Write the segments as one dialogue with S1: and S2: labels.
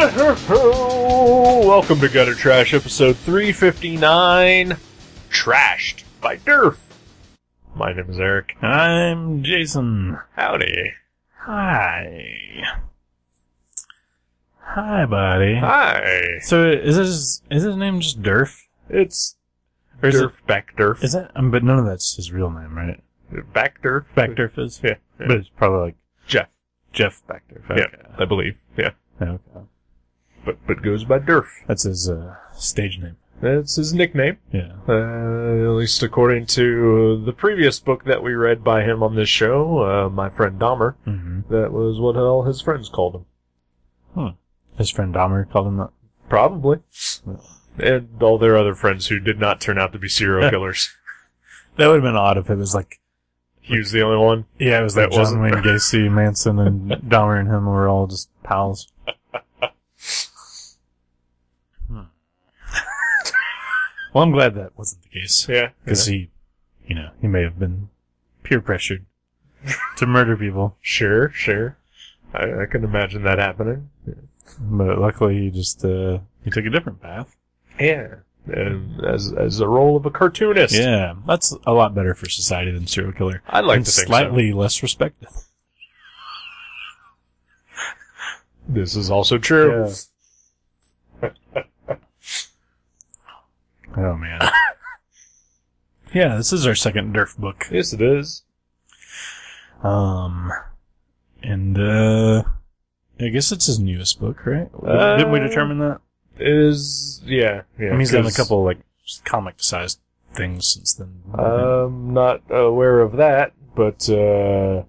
S1: Welcome to Gutter Trash, episode 359 Trashed by Durf. My name is Eric.
S2: I'm Jason.
S1: Howdy.
S2: Hi. Hi, buddy.
S1: Hi.
S2: So is his is his name just Durf?
S1: It's
S2: Or is
S1: Durf back Durf.
S2: Is that? Um, but none of that's his real name, right?
S1: back Durf?
S2: Back Durf is.
S1: Yeah. yeah.
S2: But it's probably like
S1: Jeff.
S2: Jeff Back Durf.
S1: Yeah,
S2: Okay.
S1: I believe. Yeah.
S2: Okay.
S1: But but goes by Durf.
S2: That's his uh, stage name.
S1: That's his nickname.
S2: Yeah.
S1: Uh, at least according to the previous book that we read by him on this show, uh, my friend Dahmer.
S2: hmm
S1: That was what all his friends called him.
S2: His friend Dahmer called him that.
S1: Probably.
S2: Yeah.
S1: And all their other friends who did not turn out to be serial killers.
S2: That would have been odd if it was like
S1: He was the only one.
S2: yeah, it was like
S1: That
S2: John
S1: wasn't-
S2: Wayne Gacy, Manson, and Dahmer and him were all just pals. Hmm. well, I'm glad that wasn't the case.
S1: Yeah.
S2: because he, you know, he may have been peer pressured to murder people,
S1: Sure, sure. I, I can imagine that happening.
S2: but luckily he just uh, he took a different path.
S1: Yeah. And as as the role of a cartoonist.
S2: Yeah, that's a lot better for society than serial killer.
S1: I'd like
S2: and
S1: to think so.
S2: slightly less respected.
S1: This is also true.
S2: Oh man. yeah, this is our second Nerf book.
S1: Yes, it is.
S2: Um, and uh, I guess it's his newest book, right?
S1: Uh,
S2: Didn't we determine that?
S1: It is. Yeah. Yeah.
S2: I mean, he's done a
S1: 'cause
S2: couple like comic-sized things since then.
S1: I'm Um, not aware of that, but uh,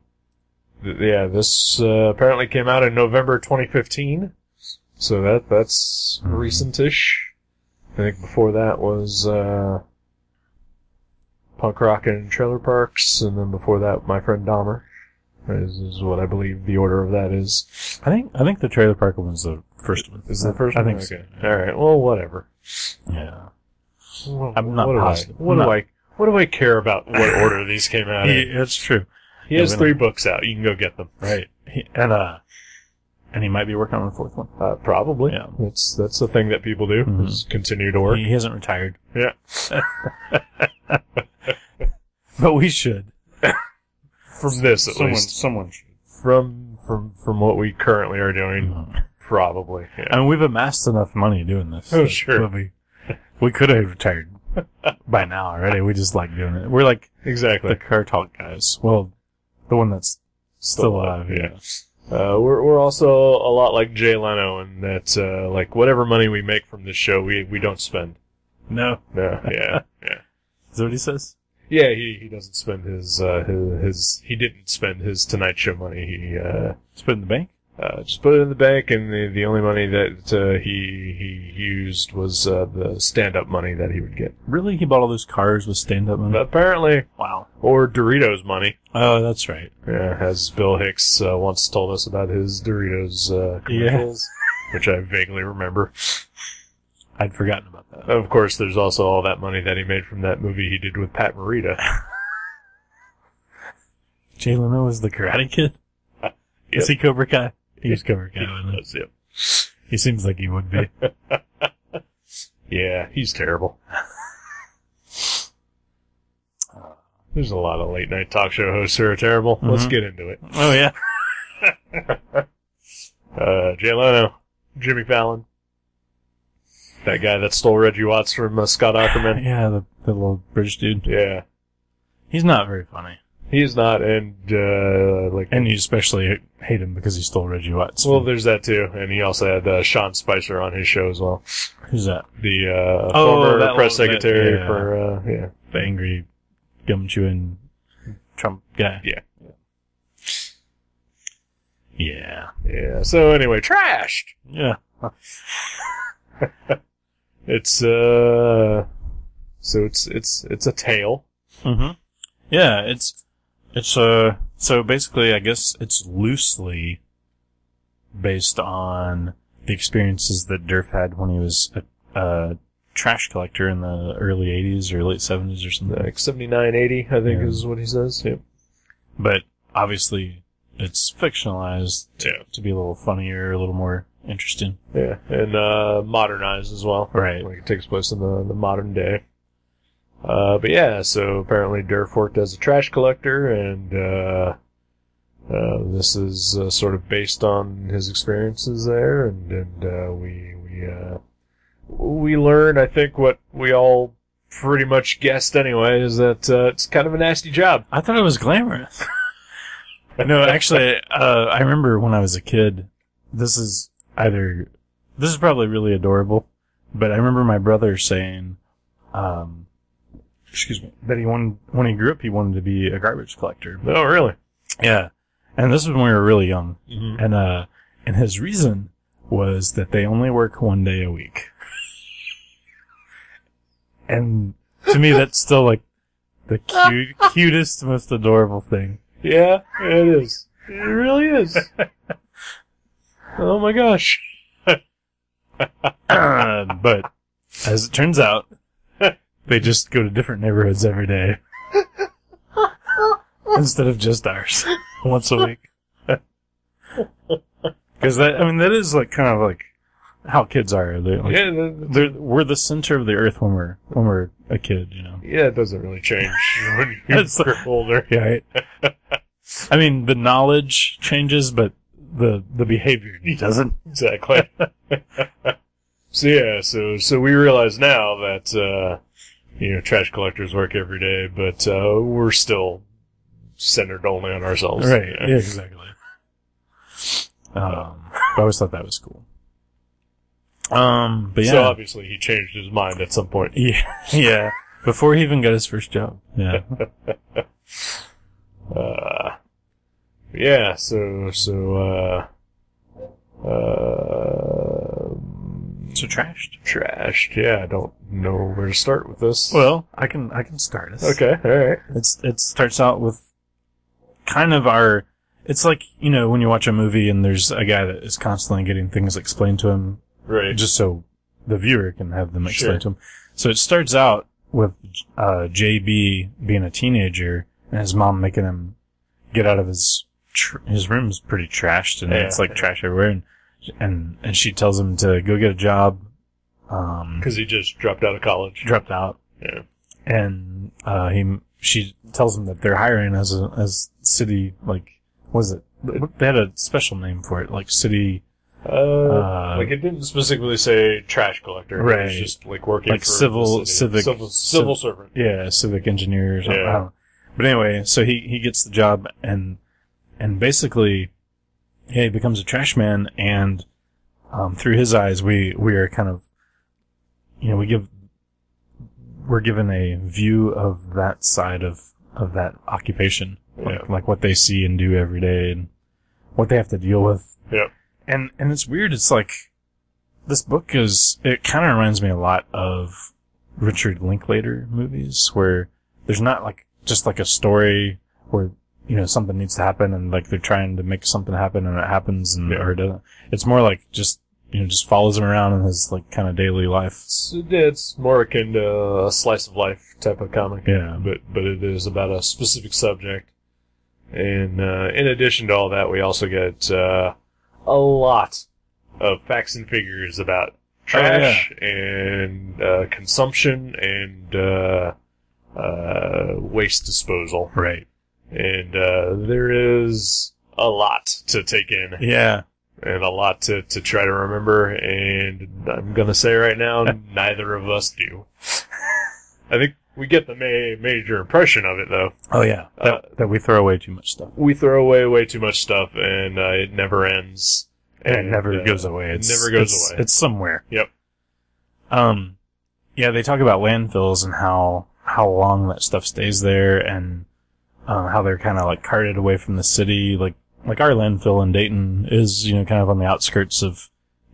S1: th- yeah, this uh, apparently came out in November 2015, so that that's
S2: Mhm.
S1: recentish. I think before that was uh, Punk Rock and Trailer Parks, and then before that, My Friend Dahmer. Is, is what I believe the order of that is.
S2: I think I think the trailer park one was the first one.
S1: Is the first
S2: Uh, I
S1: one?
S2: think so.
S1: okay. All right. Well, whatever.
S2: Yeah.
S1: Well,
S2: I'm not
S1: what
S2: positive.
S1: Do I, what
S2: I'm
S1: do
S2: not-
S1: I? What do I care about? What order these came out in?
S2: He, that's true.
S1: He
S2: Yeah,
S1: has
S2: we
S1: three books out. You can go get them.
S2: Right. He, and uh and he might be working on the fourth one.
S1: Uh, probably.
S2: Yeah.
S1: That's that's the thing that people do
S2: Mhm.
S1: is continue to work.
S2: He, he hasn't retired.
S1: Yeah.
S2: But we should.
S1: From this at
S2: someone
S1: least.
S2: someone should.
S1: From from from what we currently are doing,
S2: Mhm.
S1: probably. Mm-hmm. Yeah.
S2: I mean we've amassed enough money doing this.
S1: Oh,
S2: that-
S1: sure.
S2: that We, we could have retired by now already. We just like doing it. We're like
S1: Exactly.
S2: the car talk guys. Well the one that's still alive,
S1: alive,
S2: yeah.
S1: Uh, we're we're also a lot like Jay Leno in that uh, like whatever money we make from this show we we don't spend.
S2: No.
S1: No. Yeah. yeah.
S2: Is that what he says?
S1: Yeah, he, he doesn't spend his, uh, his his he didn't spend his Tonight Show money. He uh,
S2: It's put in the bank?
S1: uh, just put it in the bank, and the, the only money that uh, he he used was uh, the stand up money that he would get.
S2: Really? He bought all those cars with stand up money?
S1: Apparently,
S2: Wow.
S1: or Doritos money,
S2: Oh, that's right.
S1: uh, as Bill Hicks uh, once told us about his Doritos uh, commercials, which I vaguely remember. Uh,
S2: I'd forgotten about that.
S1: Of course, there's also all that money that he made from that movie he did with Pat Morita.
S2: Jay Leno is the Karate Kid. Is he Cobra Kai? He's Cobra Kai. wasn't he?
S1: That's it.
S2: He seems like he would be.
S1: Yeah, he's terrible. There's a lot of late night talk show hosts who are terrible. Let's
S2: Mhm.
S1: get into it.
S2: oh yeah.
S1: Uh, Jay Leno, Jimmy Fallon, that guy that stole Reggie Watts from uh, Scott Ackerman.
S2: Yeah, the, the little British dude.
S1: Yeah,
S2: He's not very funny,
S1: he's not, and uh, like,
S2: and you especially hate him because he stole Reggie Watts.
S1: well, there's that too, and he also had uh, Sean Spicer on his show as well,
S2: who's that?
S1: the uh,
S2: Oh,
S1: former
S2: that
S1: press
S2: one, that-
S1: secretary
S2: yeah.
S1: for uh, yeah.
S2: The angry gum chewing Trump guy.
S1: Yeah.
S2: Yeah.
S1: Yeah. So anyway, trashed.
S2: Yeah.
S1: It's uh, so it's it's it's a tale.
S2: Mm-hmm. Yeah. It's it's uh so basically, I guess it's loosely based on the experiences that Durf had when he was a, a trash collector in the early '80s or late '70s or something.
S1: Like seventy nine eighty, I think
S2: Yeah.
S1: is what he says. Yep.
S2: But obviously, it's fictionalized to,
S1: Yeah.
S2: to be a little funnier, a little more Interesting.
S1: Yeah, and uh, modernized as well.
S2: Right.
S1: Like it takes place in the, the modern day. Uh, but yeah, so apparently Durf worked as a trash collector, and uh, uh, this is uh, sort of based on his experiences there, and, and uh, we we uh, we learn, I think, what we all pretty much guessed anyway, is that uh, it's kind of a nasty job.
S2: I thought it was glamorous. no, actually, uh, I remember when I was a kid. This is either this is probably really adorable, but I remember my brother saying, um, "Excuse me," that he wanted when he grew up he wanted to be a garbage collector.
S1: Oh, really?
S2: Yeah, and this was when we were really young,
S1: Mm-hmm.
S2: and uh, and his reason was that they only work one day a week. and to me, that's still like the cute, cutest, most adorable thing.
S1: Yeah, it is. It really is. oh my gosh.
S2: Uh, but as it turns out, they just go to different neighborhoods every day instead of just ours once a week. Because that, I mean, that is like kind of like how kids are. They like,
S1: Yeah, the, the-
S2: they're, we're the center of the earth when we're when we're a kid, you know.
S1: yeah, it doesn't really change when you
S2: That's-
S1: are older.
S2: Yeah. I mean, the knowledge changes, but the the behavior doesn't.
S1: Exactly. so yeah, so so we realize now that uh, you know trash collectors work every day, but uh, we're still centered only on ourselves.
S2: Right.
S1: Yeah.
S2: Yeah, exactly. Um, I always thought that was cool. Um, but yeah,
S1: So obviously he changed his mind at some point.
S2: yeah, yeah. Before he even got his first job. Yeah.
S1: Uh, yeah, so so uh, uh,
S2: so trashed.
S1: trashed. Yeah, I don't know where to start with this.
S2: Well, I can I can start us.
S1: okay, all right.
S2: It's it starts out with kind of our. It's like you know when you watch a movie and there's a guy that is constantly getting things explained to him
S1: Right.
S2: just so the viewer can have them explain
S1: Sure.
S2: to him. So it starts out with uh, JB being a teenager and his mom making him get out of his tr- his room's pretty trashed and
S1: Yeah.
S2: it's like trash everywhere and and and she tells him to go get a job. Um,
S1: Because he just dropped out of college.
S2: dropped out.
S1: Yeah.
S2: And uh, he she tells him that they're hiring as a as city like was it they had a special name for it like city
S1: Uh,
S2: Uh,
S1: like it didn't specifically say trash collector. It
S2: Right.
S1: was just like working
S2: Like
S1: for
S2: civil-
S1: the city.
S2: civic-
S1: civil,
S2: civ-
S1: civil servant.
S2: yeah, civic engineer or something.
S1: Yeah.
S2: I don't know. But anyway, so he, he gets the job and, and basically, yeah, he becomes a trash man and, um, through his eyes, we, we are kind of, you know, we give, we're given a view of that side of, of that occupation. Like, like what they see and do every day and what they have to deal with.
S1: Yeah.
S2: And, and it's weird. It's like, this book is, it kind of reminds me a lot of Richard Linklater movies where there's not like just like a story where you know something needs to happen and like they're trying to make something happen and it happens and
S1: Yeah.
S2: or it doesn't. It's more like just you know just follows him around in his like kind of daily life.
S1: It's, it's more akin to a slice of life type of comic.
S2: Yeah.
S1: But but it is about a specific subject. And uh, in addition to all that, we also get uh, a lot of facts and figures about
S2: Oh,
S1: trash and uh, consumption and uh, uh, waste disposal.
S2: Right.
S1: and uh, there is a lot to take in
S2: Yeah.
S1: and a lot to, to try to remember. And I'm gonna say right now, neither of us do. I think we get the ma- major impression of it though.
S2: Oh yeah. That,
S1: Uh,
S2: that we throw away too much stuff
S1: We throw away way too much stuff, and uh, it never ends.
S2: and, it never
S1: uh,
S2: goes away. It's,
S1: never goes
S2: it's-
S1: away.
S2: It's somewhere.
S1: Yep.
S2: Um, yeah, they talk about landfills and how how long that stuff stays there, and um, how they're kind of like carted away from the city. Like like our landfill in Dayton is you know kind of on the outskirts of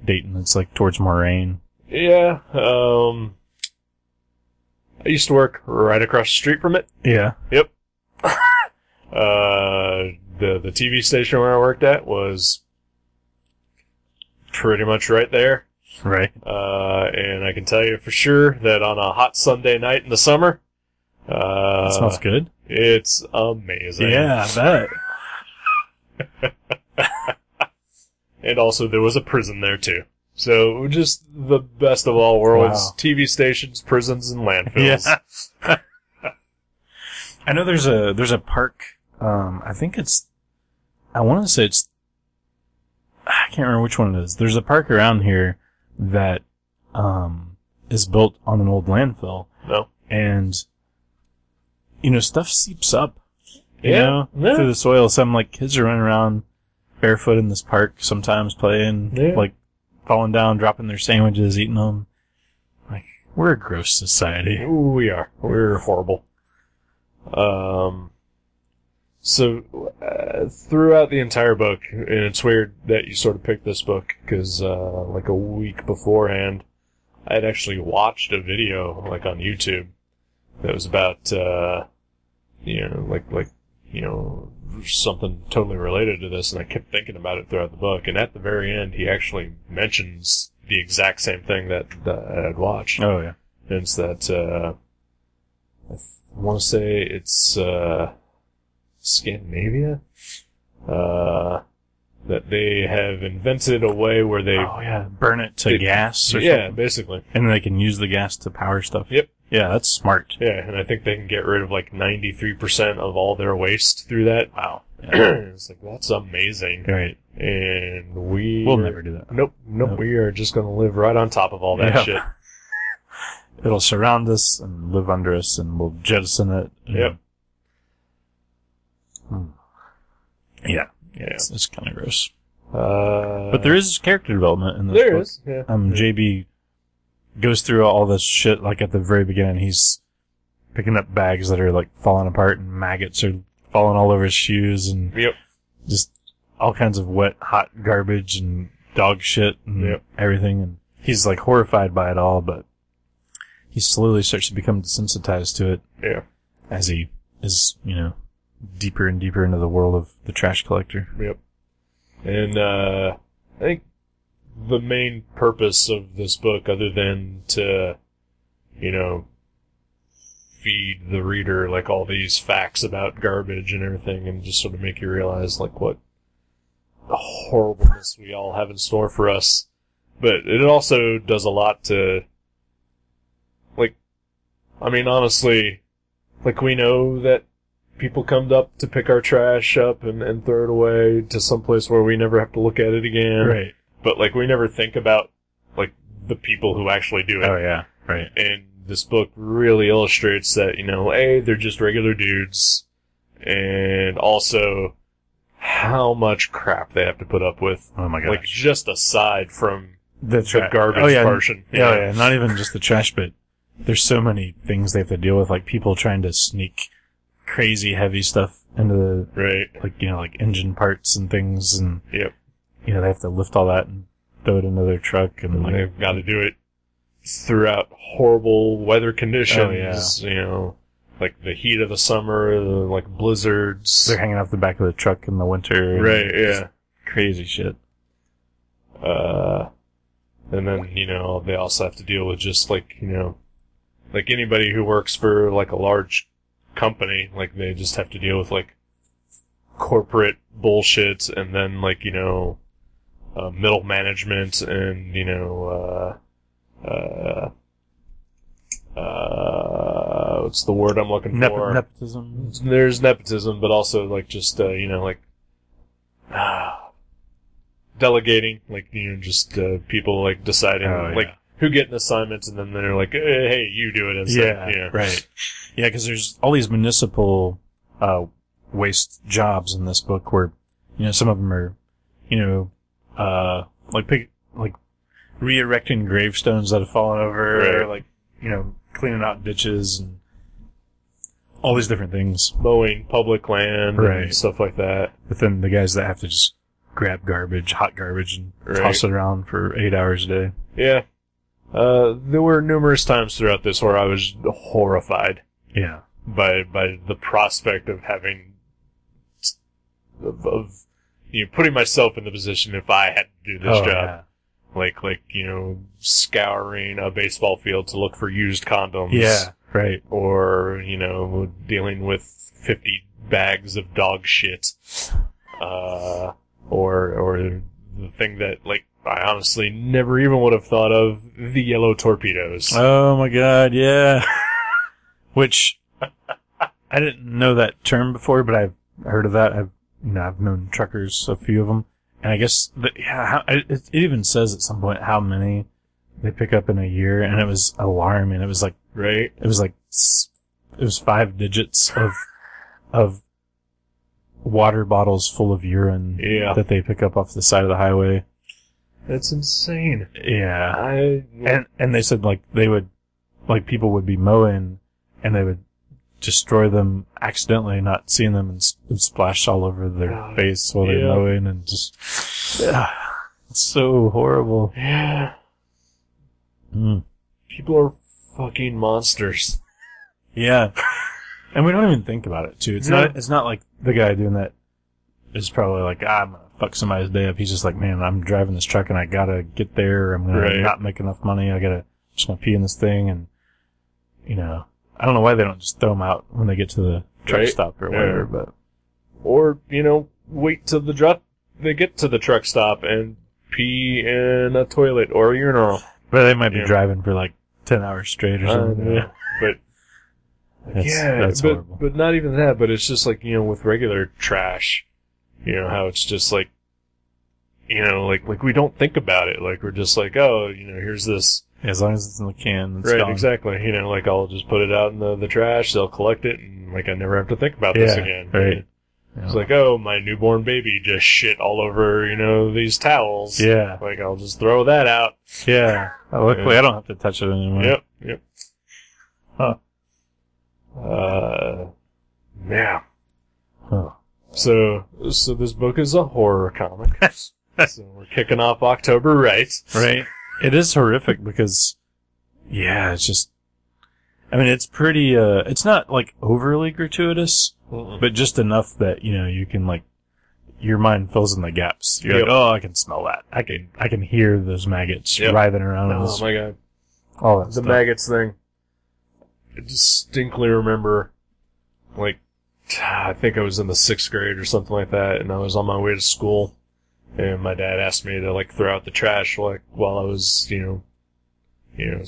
S2: Dayton. It's like towards Moraine.
S1: Yeah. Um. I used to work right across the street from it.
S2: Yeah.
S1: Uh, the the TV station where I worked at was pretty much right there.
S2: Right.
S1: Uh, and I can tell you for sure that on a hot Sunday night in the summer,
S2: That smells
S1: uh,
S2: good.
S1: it's amazing.
S2: I bet.
S1: and also there was a prison there too. So just the best of all worlds:
S2: Wow.
S1: TV stations, prisons, and landfills.
S2: Yeah. I know there's a there's a park. Um, I think it's. I want to say it's. I can't remember which one it is. There's a park around here that um, is built on an old landfill,
S1: No.
S2: and you know stuff seeps up. You
S1: Yeah,
S2: know,
S1: yeah.
S2: through the soil. Some like kids are running around barefoot in this park sometimes playing,
S1: Yeah.
S2: like falling down, dropping their sandwiches, eating them. Like we're a gross society.
S1: Ooh, we are. We're horrible. Um, so uh, throughout the entire book, and it's weird that you sort of picked this book because uh, like a week beforehand, I had actually watched a video like on YouTube that was about uh, you know like like you know something totally related to this, and I kept thinking about it throughout the book. And at the very end, he actually mentions the exact same thing that, that I had watched.
S2: Oh yeah.
S1: And it's that, uh, I want to say it's, uh, Scandinavia? Uh, that they have invented a way where they,
S2: oh yeah. Burn it to
S1: It-
S2: gas or
S1: yeah,
S2: something.
S1: basically.
S2: And they can use the gas to power stuff.
S1: Yep.
S2: Yeah, that's smart.
S1: Yeah, and I think they can get rid of like 93% of all their waste through that.
S2: Wow. Yeah.
S1: it's like, that's amazing.
S2: Right.
S1: And we,
S2: We'll never do that.
S1: Nope, nope,
S2: Nope.
S1: we are just gonna live right on top of all that
S2: Yeah.
S1: shit.
S2: It'll surround us and live under us and we'll jettison it.
S1: Yep.
S2: Hmm. Yeah.
S1: Yeah.
S2: It's, it's kind of gross.
S1: Uh,
S2: But there is character development in this
S1: there
S2: book.
S1: is, yeah.
S2: Um, JB goes through all this shit, like at the very beginning, he's picking up bags that are like falling apart and maggots are falling all over his shoes and
S1: Yep.
S2: just all kinds of wet, hot garbage and dog shit and
S1: Yep.
S2: everything. And he's like horrified by it all, but he slowly starts to become desensitized to it
S1: Yeah.
S2: as he is, you know, deeper and deeper into the world of the trash collector.
S1: Yep. And uh, I think the main purpose of this book, other than to, you know, feed the reader like all these facts about garbage and everything, and just sort of make you realize like what horribleness we all have in store for us, but it also does a lot to, like, I mean, honestly, like we know that people come up to pick our trash up and, and throw it away to someplace where we never have to look at it again. But like we never think about like the people who actually do it.
S2: Oh yeah. Right.
S1: And this book really illustrates that, you know, A, they're just regular dudes and also how much crap they have to put up with.
S2: Oh my gosh.
S1: Like just aside from
S2: the,
S1: the
S2: tra-
S1: garbage
S2: oh, yeah,
S1: portion.
S2: Yeah, yeah, not even just the trash, but there's so many things they have to deal with, like people trying to sneak crazy heavy stuff into the,
S1: Right.
S2: like, you know, like engine parts and things, and,
S1: Yep.
S2: you know, they have to lift all that and throw it into their truck, and, like,
S1: They've got to do it throughout horrible weather conditions.
S2: Oh,
S1: You know, like the heat of the summer, the, like blizzards.
S2: they're hanging off the back of the truck in the winter. and
S1: Right.
S2: just
S1: Yeah.
S2: Crazy shit.
S1: Uh, and then you know they also have to deal with just like you know, like anybody who works for like a large company, like they just have to deal with like corporate bullshit, and then like you know, uh, middle management, and you know, uh, uh, uh, what's the word I'm looking
S2: Nep-
S1: for?
S2: nepotism.
S1: there's nepotism, but also like just uh, you know like delegating, like you know just uh, people like deciding
S2: Oh, yeah.
S1: like who get an assignment, and then they're like, eh, hey, you do it instead.
S2: Yeah, right. Yeah, because there's all these municipal uh, waste jobs in this book where, you know, some of them are, you know, uh, like pick, like re-erecting gravestones that have fallen over, or
S1: Right.
S2: like you know, cleaning out ditches and all these different things.
S1: mowing public land
S2: Right.
S1: and stuff like that.
S2: But then the guys that have to just grab garbage, hot garbage, and
S1: Right.
S2: toss it around for eight hours a day.
S1: Yeah. Uh, there were numerous times throughout this where I was horrified
S2: Yeah.
S1: by by the prospect of having of, of you know, putting myself in the position if I had to do this
S2: Oh,
S1: job.
S2: yeah.
S1: like like you know scouring a baseball field to look for used condoms
S2: Yeah. Right.
S1: or you know dealing with 50 bags of dog shit uh or or the thing that like I honestly never even would have thought of the yellow torpedoes.
S2: Oh my god, yeah. Which I didn't know that term before, but I've heard of that. I've you know I've known truckers, a few of them, and I guess the, yeah, how, it, it even says at some point how many they pick up in a year, and it was alarming. It was like
S1: right?
S2: it was like s- it was five digits of of water bottles full of urine
S1: Yeah.
S2: that they pick up off the side of the highway.
S1: That's insane.
S2: Yeah.
S1: I
S2: And and they said like they would like people would be mowing and they would destroy them accidentally, not seeing them and, s- and splash all over their
S1: God.
S2: face while they're
S1: Yeah.
S2: mowing and just it's so horrible.
S1: yeah,
S2: Mm.
S1: people are fucking monsters.
S2: Yeah. and we don't even think about it too. It's
S1: No.
S2: not it's not like the guy doing that is probably like, ah, I'm gonna fuck somebody's day up. He's just like, Man, I'm driving this truck and I gotta get there, I'm gonna
S1: Right.
S2: not make enough money, I gotta just gonna pee in this thing and you know. I don't know why they don't just throw them out when they get to the truck
S1: Right.
S2: stop or
S1: Yeah.
S2: whatever, but
S1: Or you know, wait till the truck they get to the truck stop and pee in a toilet or a urinal.
S2: but they might be
S1: Yeah.
S2: driving for like ten hours straight or
S1: I
S2: something.
S1: don't know. But
S2: That's,
S1: yeah,
S2: that's
S1: but,
S2: horrible.
S1: but not even that. But it's just like you know, with regular trash, you know how it's just like, you know, like like we don't think about it. Like we're just like, oh, you know, here's this.
S2: as long as it's in the can, it's
S1: right,
S2: gone.
S1: exactly. You know, like I'll just put it out in the, the trash. They'll collect it, and like I never have to think about this
S2: Yeah,
S1: again.
S2: right. Yeah.
S1: It's like, oh, my newborn baby just shit all over, you know, these towels.
S2: yeah,
S1: Like I'll just throw that out.
S2: yeah. Luckily, I don't have to touch it anymore.
S1: Yep. Yep.
S2: Huh.
S1: Uh, yeah.
S2: Oh.
S1: So, so this book is a horror comic. so we're kicking off October right.
S2: right? It is horrific because, yeah, it's just, I mean, it's pretty, uh, it's not like overly gratuitous, but just enough that, you know, you can like, your mind fills in the gaps. You're
S1: Yep.
S2: like, oh, I can smell that. I can, I can hear those maggots
S1: Yep.
S2: writhing around. on
S1: oh
S2: this-
S1: my god,
S2: all that
S1: the
S2: stuff.
S1: maggots thing. I distinctly remember, like, I think I was in the sixth grade or something like that, and I was on my way to school, and my dad asked me to like throw out the trash like while I was, you know, you know,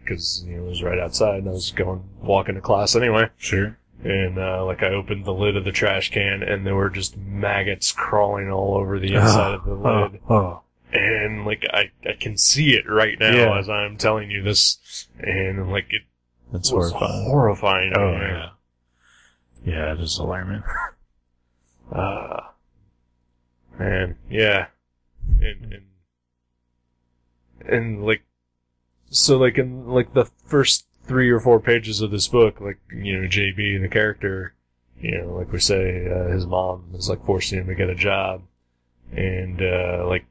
S1: because you know, it was right outside, and I was going walking to class anyway.
S2: Sure.
S1: and uh, like I opened the lid of the trash can, and there were just maggots crawling all over the
S2: Ah,
S1: inside of the
S2: Oh,
S1: lid,
S2: oh.
S1: and like I I can see it right now
S2: Yeah.
S1: as I'm telling you this, and like it
S2: that's
S1: was
S2: horrifying.
S1: horrifying.
S2: Oh, yeah. Yeah, it is alarming.
S1: yeah, uh, man, yeah, and and and like so like in like the first three or four pages of this book, like you know JB the character. you know, like we say, uh, his mom is like forcing him to get a job, and uh, like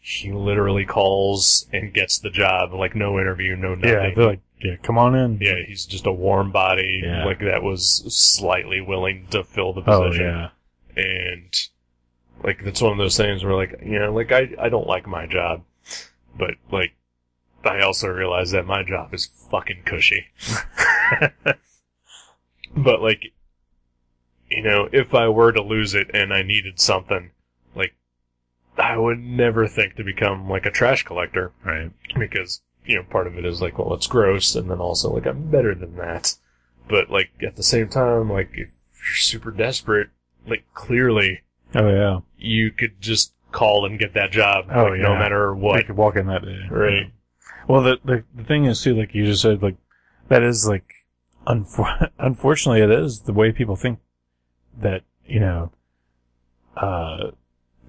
S1: he literally calls and gets the job, like no interview, no
S2: yeah,
S1: nothing.
S2: they're like, yeah, come on in.
S1: Yeah, he's just a warm body,
S2: Yeah.
S1: like that was slightly willing to fill the
S2: Oh,
S1: position,
S2: yeah.
S1: and like that's one of those things where like you know, like I I don't like my job, but like I also realize that my job is fucking cushy. but like you know, if I were to lose it and I needed something, like I would never think to become like a trash collector
S2: Right.
S1: because you know part of it is like well it's gross and then also like I'm better than that but like at the same time like if you're super desperate like clearly
S2: Oh, yeah.
S1: you could just call and get that job
S2: Oh,
S1: like, no
S2: yeah.
S1: matter
S2: They
S1: what
S2: could walk in that day.
S1: Right.
S2: Well, the, the the thing is too, like you just said, like that is like, unfor- unfortunately, it is the way people think that you know, uh,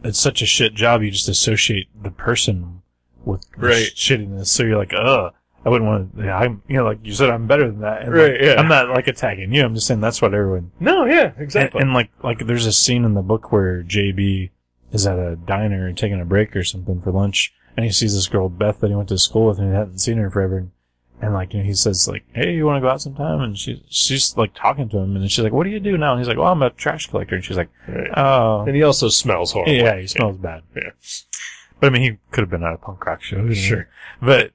S2: it's such a shit job. You just associate the person with the
S1: Right.
S2: shittiness, so you're like, ugh, I wouldn't want to. Yeah, I'm, you know, like you said, I'm better than that. And like,
S1: Right, yeah.
S2: I'm not like attacking you. I'm just saying that's what everyone
S1: no yeah exactly
S2: and, and like, like there's a scene in the book where JB is at a diner taking a break or something for lunch, and he sees this girl Beth that he went to school with, and he hadn't seen her in forever. And, and like, you know, he says like, "Hey, you want to go out sometime?" And she, she's like talking to him, and then she's like, "What do you do now?" And he's like, "Well, I'm a trash collector." And she's like,
S1: Right.
S2: "Oh,
S1: and he also smells horrible
S2: yeah, he smells bad."
S1: Yeah.
S2: But I mean, he could have been at a punk rock show, you know?
S1: Sure.
S2: But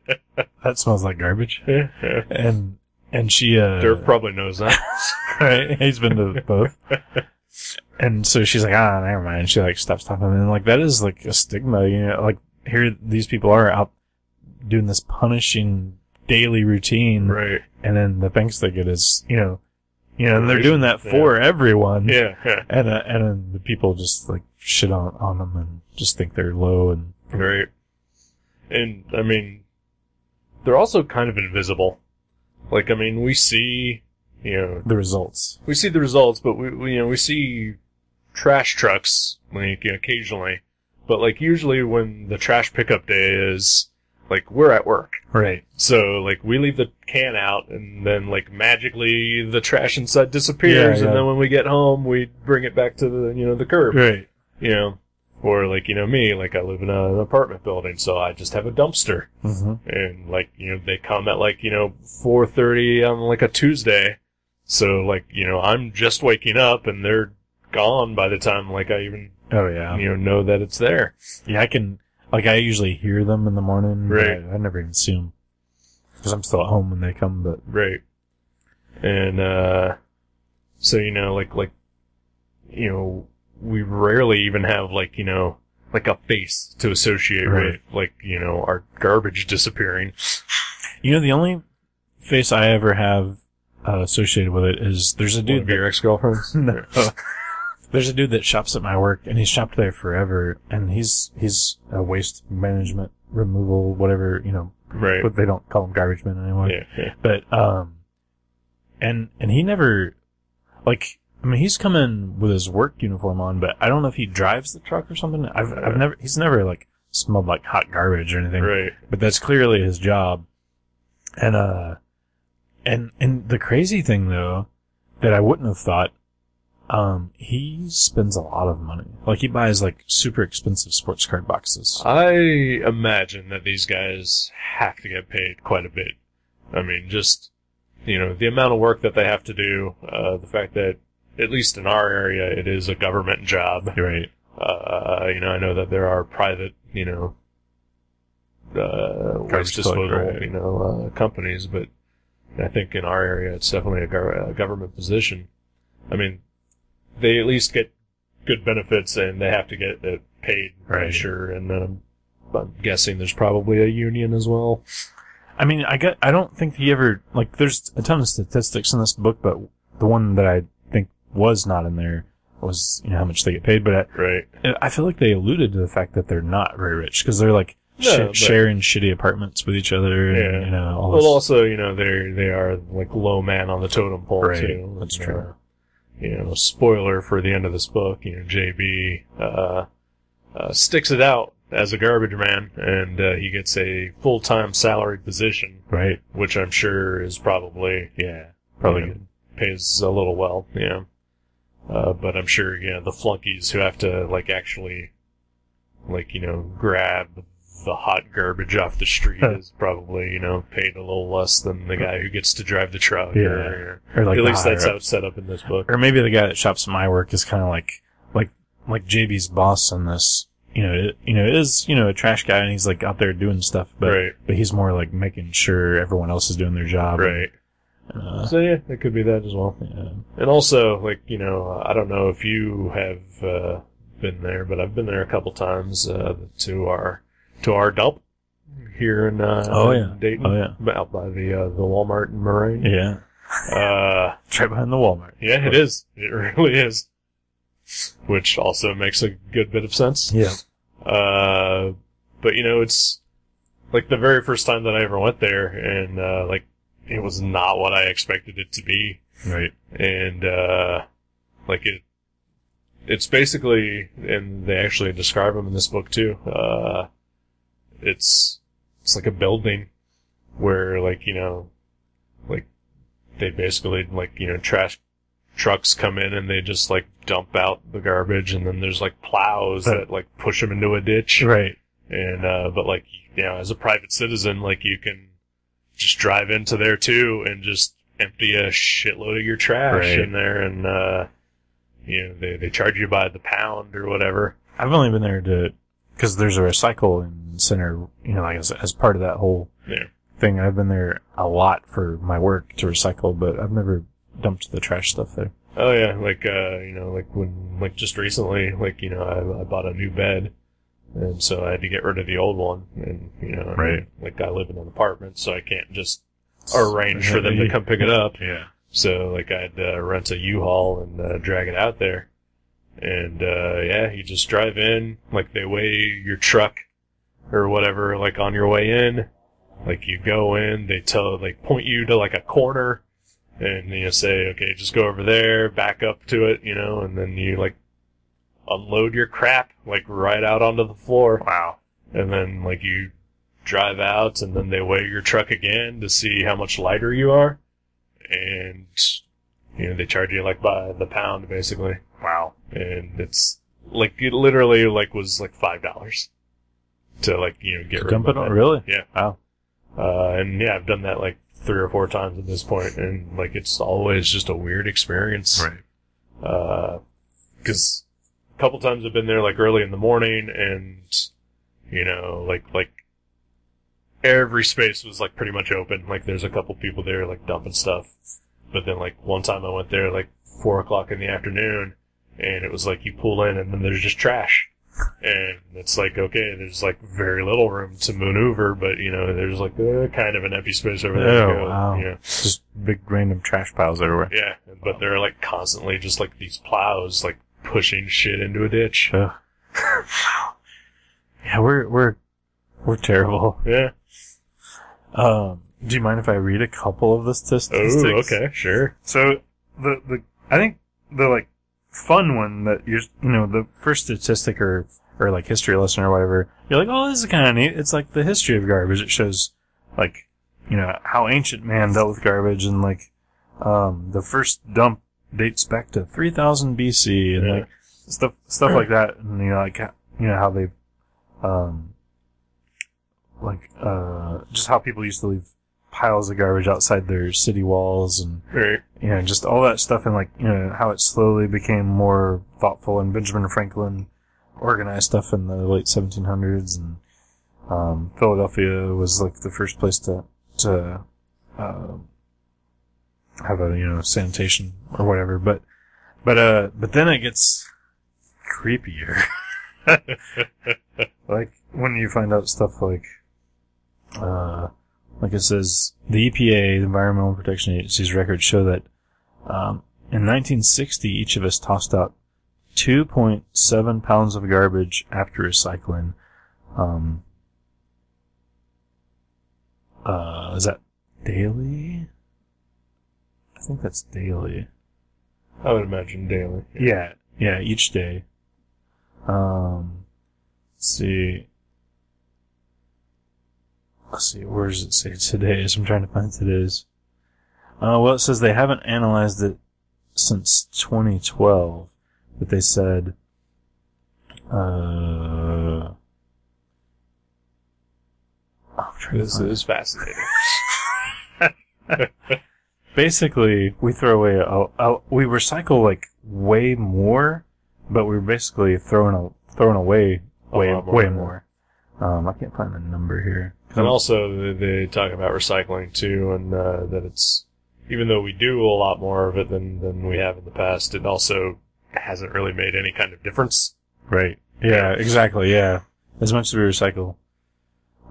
S2: that smells like garbage.
S1: yeah, yeah.
S2: And and she, uh,
S1: Durf probably knows that
S2: right? He's been to both. And so she's like, ah, never mind. She like stops talking, and like that is like a stigma, you know. Like here, these people are out doing this punishing daily routine,
S1: Right.
S2: and then the thanks they get is, you know, you know, and they're
S1: Reason,
S2: doing that
S1: yeah.
S2: for everyone,
S1: Yeah. Yeah.
S2: and uh, and then the people just like shit on on them and just think they're low and
S1: Right. And I mean, they're also kind of invisible. Like I mean, we see, you know,
S2: the results.
S1: we see the results, but we, we you know we see trash trucks like you know, occasionally, but like usually when the trash pickup day is, like we're at work.
S2: Right.
S1: So like we leave the can out and then like magically the trash inside disappears
S2: Yeah, yeah.
S1: and then when we get home we bring it back to the you know the curb.
S2: Right.
S1: You know. Or like, you know, me, like I live in a, an apartment building, so I just have a dumpster.
S2: hmm
S1: And like, you know, they come at like, you know, four thirty on like a Tuesday. So like, you know, I'm just waking up and they're gone by the time like I even
S2: Oh yeah.
S1: you know know that it's there.
S2: Yeah, I can. Like, I usually hear them in the morning. but
S1: Right.
S2: I, I never even see them because I'm still at home when they come. But
S1: Right. And uh so you know, like like you know, we rarely even have like, you know, like a face to associate
S2: Right.
S1: with like, you know, our garbage disappearing.
S2: you know, the only face I ever have uh, associated with it is there's a
S1: One
S2: dude.
S1: of your ex girlfriends.
S2: that- no. There's a dude that shops at my work, and he's shopped there forever, and he's he's a waste management removal, whatever you know.
S1: right.
S2: But they don't call him garbage man anymore.
S1: yeah, yeah.
S2: But um, and and he never, like, I mean, he's coming with his work uniform on, but I don't know if he drives the truck or something. I've I've never he's never like smelled like hot garbage or anything.
S1: Right.
S2: But that's clearly his job. And uh, and and the crazy thing though, that I wouldn't have thought. Um, he spends a lot of money. Like he buys like super expensive sports card boxes.
S1: I imagine that these guys have to get paid quite a bit. I mean, just, you know, the amount of work that they have to do, uh, the fact that, at least in our area, it is a government job.
S2: Right.
S1: Uh, you know, I know that there are private, you know, uh, waste
S2: Garbage
S1: disposal,
S2: collector, right.
S1: you know, uh, companies, but I think in our area, it's definitely a, gov- a government position. I mean, they at least get good benefits and they have to get it paid, right.
S2: Right.
S1: sure. And then I'm, I'm guessing there's probably a union as well.
S2: I mean, I got, I don't think he ever, like, there's a ton of statistics in this book, but the one that I think was not in there was, you know, how much they get paid, but
S1: Right.
S2: I, I feel like they alluded to the fact that they're not very rich, because they're like, sh-
S1: No, but-
S2: sharing shitty apartments with each other, and,
S1: Yeah.
S2: you know, all
S1: Well,
S2: this.
S1: also, you know, they're, they are like low man on the totem pole
S2: Right.
S1: too.
S2: That's
S1: You
S2: true.
S1: know, you know, spoiler for the end of this book, you know, JB, uh, uh, sticks it out as a garbage man and, uh, he gets a full-time salaried position,
S2: right?
S1: which I'm sure is probably,
S2: Yeah. Probably
S1: Yeah.
S2: good.
S1: pays a little well, you know. Uh, but I'm sure, you know, the flunkies who have to, like, actually, like, you know, grab the hot garbage off the street is probably, you know, paid a little less than the guy who gets to drive the truck.
S2: Yeah.
S1: Or,
S2: Or like
S1: at
S2: the
S1: least that's
S2: higher
S1: how it's set up in this book.
S2: or maybe the guy that shops at my work is kind of like like like JB's boss in this. You know, it, you know, is you know a trash guy, and he's like out there doing stuff, but
S1: Right.
S2: but he's more like making sure everyone else is doing their job.
S1: Right.
S2: and, uh,
S1: So yeah, it could be that as well.
S2: yeah.
S1: And also, like, you know, I don't know if you have, uh, been there, but I've been there a couple times, uh, to our, to our dump here in, uh,
S2: Oh, yeah.
S1: Dayton.
S2: Oh, yeah.
S1: Out by the, uh, the Walmart in Moraine.
S2: Yeah.
S1: Uh,
S2: It's right behind the Walmart.
S1: yeah, it is. It really is. Which also makes a good bit of sense.
S2: Yeah.
S1: Uh, but you know, it's like the very first time that I ever went there and, uh, like it was not what I expected it to be.
S2: Right.
S1: And, uh, like it, it's basically, and they actually describe them in this book too. Uh, it's, it's like a building where like, you know, like they basically like, you know, trash trucks come in and they just like dump out the garbage and then there's like plows
S2: Right.
S1: that like push them into a ditch.
S2: Right.
S1: And, uh, but like, you know, as a private citizen, like you can just drive into there too and just empty a shitload of your trash
S2: Right.
S1: in there and, uh, you know, they, they charge you by the pound or whatever.
S2: I've only been there to because there's a recycling center. You know, like as, as part of that whole
S1: Yeah.
S2: thing, I've been there a lot for my work to recycle, but I've never dumped the trash stuff there.
S1: Oh yeah, like uh, you know, like when like just recently, like you know, I, I bought a new bed, and so I had to get rid of the old one, and you know,
S2: Right.
S1: Like I live in an apartment, so I can't just arrange for them to come pick it up.
S2: Yeah.
S1: So like I'd uh, rent a U-Haul and uh, drag it out there, and uh, yeah, you just drive in. Like they weigh your truck or whatever. Like on your way in, like you go in, they tell like point you to like a corner, and you know say okay, just go over there, back up to it, you know, and then you like unload your crap like right out onto the floor,
S2: Wow.
S1: and then like you drive out, and then they weigh your truck again to see how much lighter you are and you know they charge you like by the pound basically,
S2: Wow.
S1: and it's like it literally like was like five dollars to like you know get
S2: To
S1: rid
S2: dump
S1: of
S2: it
S1: my
S2: on,
S1: bed.
S2: really?
S1: Yeah.
S2: Wow.
S1: Uh, and yeah, I've done that like three or four times at this point, and like it's always just a weird experience.
S2: Right.
S1: because Uh, a couple times I've been there like early in the morning, and you know, like like every space was like pretty much open. Like there's a couple people there like dumping stuff, but then like one time I went there like four o'clock in the afternoon, and it was like you pull in and then there's just trash. And it's like okay, there's like very little room to maneuver, but you know there's like uh, kind of an empty space over there. to
S2: Oh,
S1: go,
S2: wow.
S1: you know.
S2: Just big random trash piles everywhere.
S1: Yeah, but they're like constantly just like these plows like pushing shit into a ditch.
S2: Ugh. yeah, we're we're we're terrible.
S1: Yeah.
S2: Um, do you mind if I read a couple of the statistics?
S1: Oh, okay, sure.
S2: So the the I think the like fun one that you're you know the first statistic or or like history lesson or whatever you're like oh this is kind of neat it's like the history of garbage it shows like you know how ancient man dealt with garbage and like um the first dump dates back to 3000 BC and
S1: Yeah.
S2: like stuff stuff like that and you know like you know how they um like uh just how people used to leave piles of garbage outside their city walls and
S1: Right.
S2: you know, just all that stuff and like, you know, how it slowly became more thoughtful and Benjamin Franklin organized stuff in the late 1700s and, um, Philadelphia was like the first place to, to, uh, have a, you know, sanitation or whatever. But, but, uh, but then it gets creepier. like when you find out stuff like, uh, like it says, the EPA, the Environmental Protection Agency's records show that um, in 1960, each of us tossed out 2.7 pounds of garbage after recycling. Um, uh, is that daily? I think that's daily.
S1: I would imagine daily.
S2: Yeah, yeah, each day. Um, let's see. Let's see, where does it say today's? I'm trying to find today's. Uh, well, it says they haven't analyzed it since 2012, but they said, uh, I'm trying to
S1: This
S2: find-
S1: is fascinating.
S2: basically we throw away a, a, we recycle like way more but we're basically throwing a, throwing away
S1: A
S2: way
S1: lot more,
S2: way
S1: yeah.
S2: more um i can't find the number here
S1: and also they they talk about recycling too, and uh, that it's even though we do a lot more of it than than we have in the past, it also hasn't really made any kind of difference.
S2: right yeah exactly yeah as much as we recycle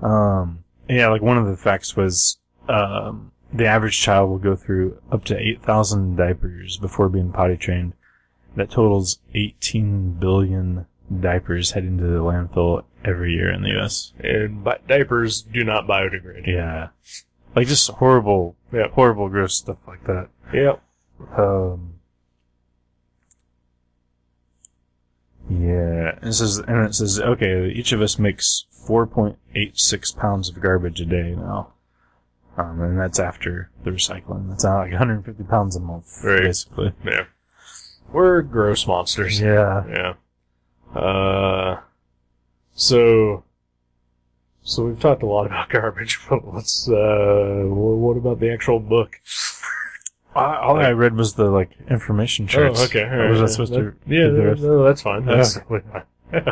S2: um yeah like one of the facts was um the average child will go through up to 8000 diapers before being potty trained that totals 18 billion diapers heading to the landfill every year in the us
S1: And but diapers do not biodegrade.
S2: Yeah. Like just horrible,
S1: Yeah.
S2: horrible, gross stuff like that.
S1: Yep.
S2: Um, yeah. And it says, and it says, okay, each of us makes 4.86 pounds of garbage a day now. Um, and that's after the recycling. That's uh, like 150 pounds a month,
S1: Right.
S2: basically.
S1: Yeah. We're gross monsters.
S2: Yeah.
S1: Yeah. Uh, so, so we've talked a lot about garbage, but let's, uh, wh- what about the actual book?
S2: I, all I read was the like information charts.
S1: Oh, okay.
S2: Or was I
S1: alright.
S2: supposed
S1: That-
S2: to?
S1: Yeah,
S2: do the
S1: no,
S2: rest?
S1: no, that's fine. That's totally fine.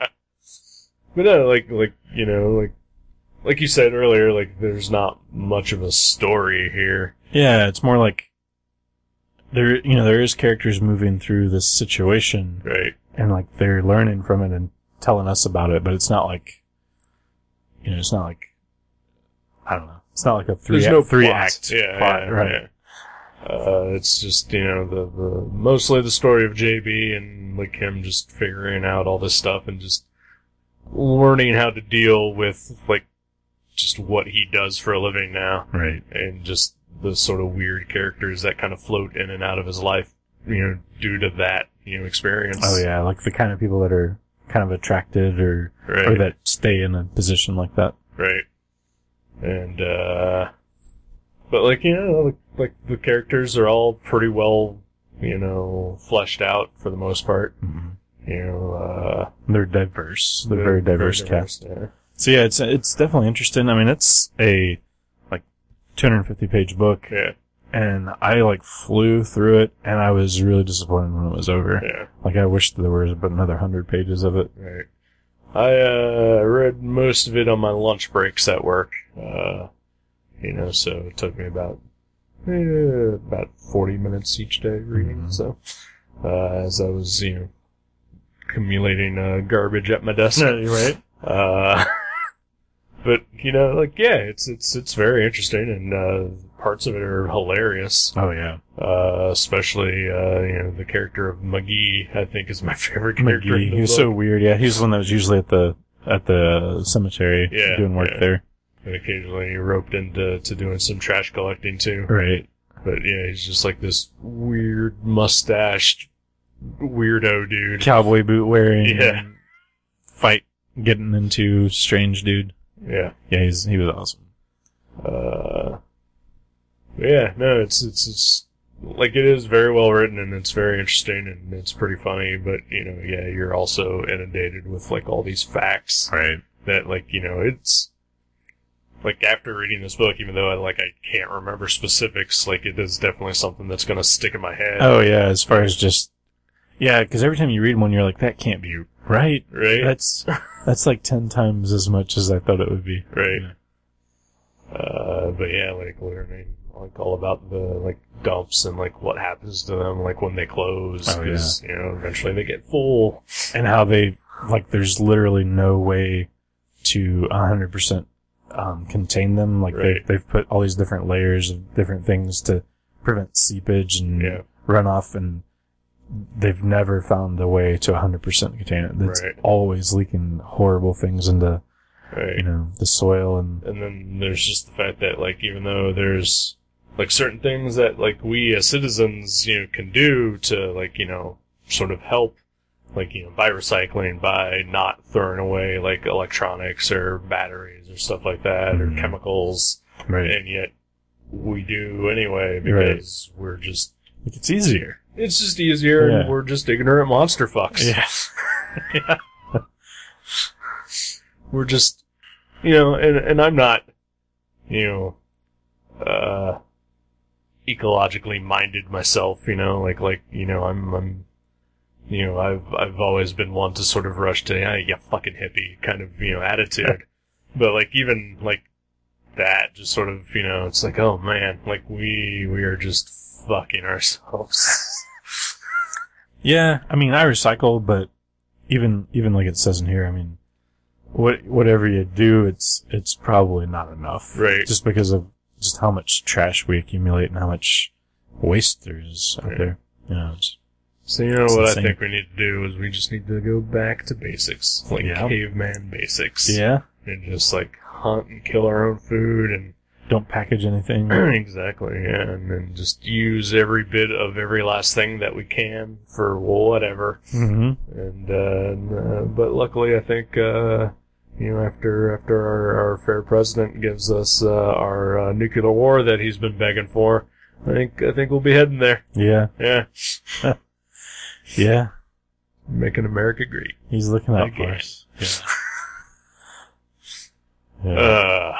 S1: but no, like, like, you know, like, like you said earlier, like, there's not much of a story here.
S2: Yeah, it's more like there, you know, there is characters moving through this situation
S1: Right.
S2: and like they're learning from it and telling us about it, but it's not like, you know, it's not like, I don't know. It's not like a three,
S1: There's
S2: act,
S1: no
S2: three
S1: plot.
S2: act
S1: yeah,
S2: plot,
S1: yeah,
S2: right?
S1: yeah. Uh, it's just you know the, the mostly the story of JB and like him just figuring out all this stuff and just learning how to deal with like just what he does for a living now
S2: Right.
S1: and just the sort of weird characters that kind of float in and out of his life, you know, due to that you know experience.
S2: Oh yeah. Like the kind of people that are kind of attracted or,
S1: right,
S2: or that stay in a position like that.
S1: right. And uh, but like you know, like, like the characters are all pretty well, you know, fleshed out for the most part. You know, uh,
S2: Mm-hmm. They're diverse. They're, very diverse, cast.
S1: yeah.
S2: So yeah, it's, it's definitely interesting. I mean, it's a, like, 250 page book.
S1: Yeah,
S2: and I like flew through it, and I was really disappointed when it was over.
S1: yeah,
S2: Like I wished there was but another hundred pages of it.
S1: right. I uh, read most of it on my lunch breaks at work. Uh, you know, so it took me about eh, about forty minutes each day reading.
S2: Mhm.
S1: So uh, as I was, you know, accumulating uh, garbage at my desk.
S2: you're right.
S1: Uh, but you know, like yeah, it's it's it's very interesting, and uh, parts of it are hilarious.
S2: Oh yeah,
S1: Uh, especially uh, you know the character of McGee, I think, is my favorite character. in
S2: McGee.
S1: the
S2: He was
S1: book.
S2: so weird. Yeah, he was the one that was usually at the at the cemetery
S1: Yeah,
S2: doing work
S1: yeah.
S2: there.
S1: and occasionally roped into to doing some trash collecting too.
S2: Right.
S1: But yeah, he's just like this weird mustached weirdo dude.
S2: Cowboy boot wearing.
S1: Yeah.
S2: Fight getting into strange dude.
S1: Yeah.
S2: Yeah, he's he was awesome.
S1: Uh, yeah, no, it's it's it's like it is very well written and it's very interesting and it's pretty funny, but you know, yeah, you're also inundated with like all these facts
S2: Right.
S1: that like you know it's like after reading this book, even though I like I can't remember specifics, like it is definitely something that's gonna stick in my head,
S2: Oh yeah, as far as just yeah, because every time you read one, you're like, that can't be right.
S1: right?
S2: That's that's like ten times as much as I thought it would be.
S1: Right. Uh, but yeah, like learning like all about the like dumps and like what happens to them like when they close
S2: Oh, yeah.
S1: 'cause, you know eventually they get full.
S2: and how they like there's literally no way to 100% um, contain them like
S1: Right.
S2: they, they've put all these different layers of different things to prevent seepage and
S1: Yeah,
S2: runoff and they've never found a way to 100% contain it it's
S1: Right.
S2: always leaking horrible things into you
S1: right.
S2: know the soil and
S1: And then there's just the fact that like even though there's like certain things that like we as citizens you know can do to like you know sort of help like you know by recycling by not throwing away like electronics or batteries or stuff like that
S2: Mhm.
S1: or chemicals
S2: right
S1: and yet we do anyway because we're just
S2: like it's easier
S1: it's just easier
S2: Yeah.
S1: and we're just ignorant monster fucks. We're just you know, and and I'm not you know uh ecologically minded myself, you know, like like you know, I'm I'm you know, I've I've always been one to sort of rush to yeah, you fucking hippie kind of, you know, attitude. but like even like that just sort of, you know, it's like, oh man, like we we are just fucking ourselves.
S2: Yeah, I mean, I recycle, but even even like it says in here, I mean, what whatever you do, it's it's probably not enough,
S1: Right.
S2: Just because of just how much trash we accumulate and how much waste there is out
S1: Right.
S2: there. You know, it's,
S1: So you know
S2: It's
S1: what I
S2: insane.
S1: think we need to do is we just need to go back to basics, like
S2: Yeah.
S1: caveman basics,
S2: yeah.
S1: and just like hunt and kill our own food and
S2: Don't package anything.
S1: exactly, yeah, and then just use every bit of every last thing that we can for whatever.
S2: mm-hmm.
S1: And uh, and, uh, but luckily, I think uh, you know after after our, our fair president gives us uh, our uh, nuclear war that he's been begging for, I think I think we'll be heading there.
S2: Yeah,
S1: Yeah,
S2: yeah.
S1: making America great.
S2: He's looking out for
S1: Again.
S2: us. Yeah.
S1: Uh,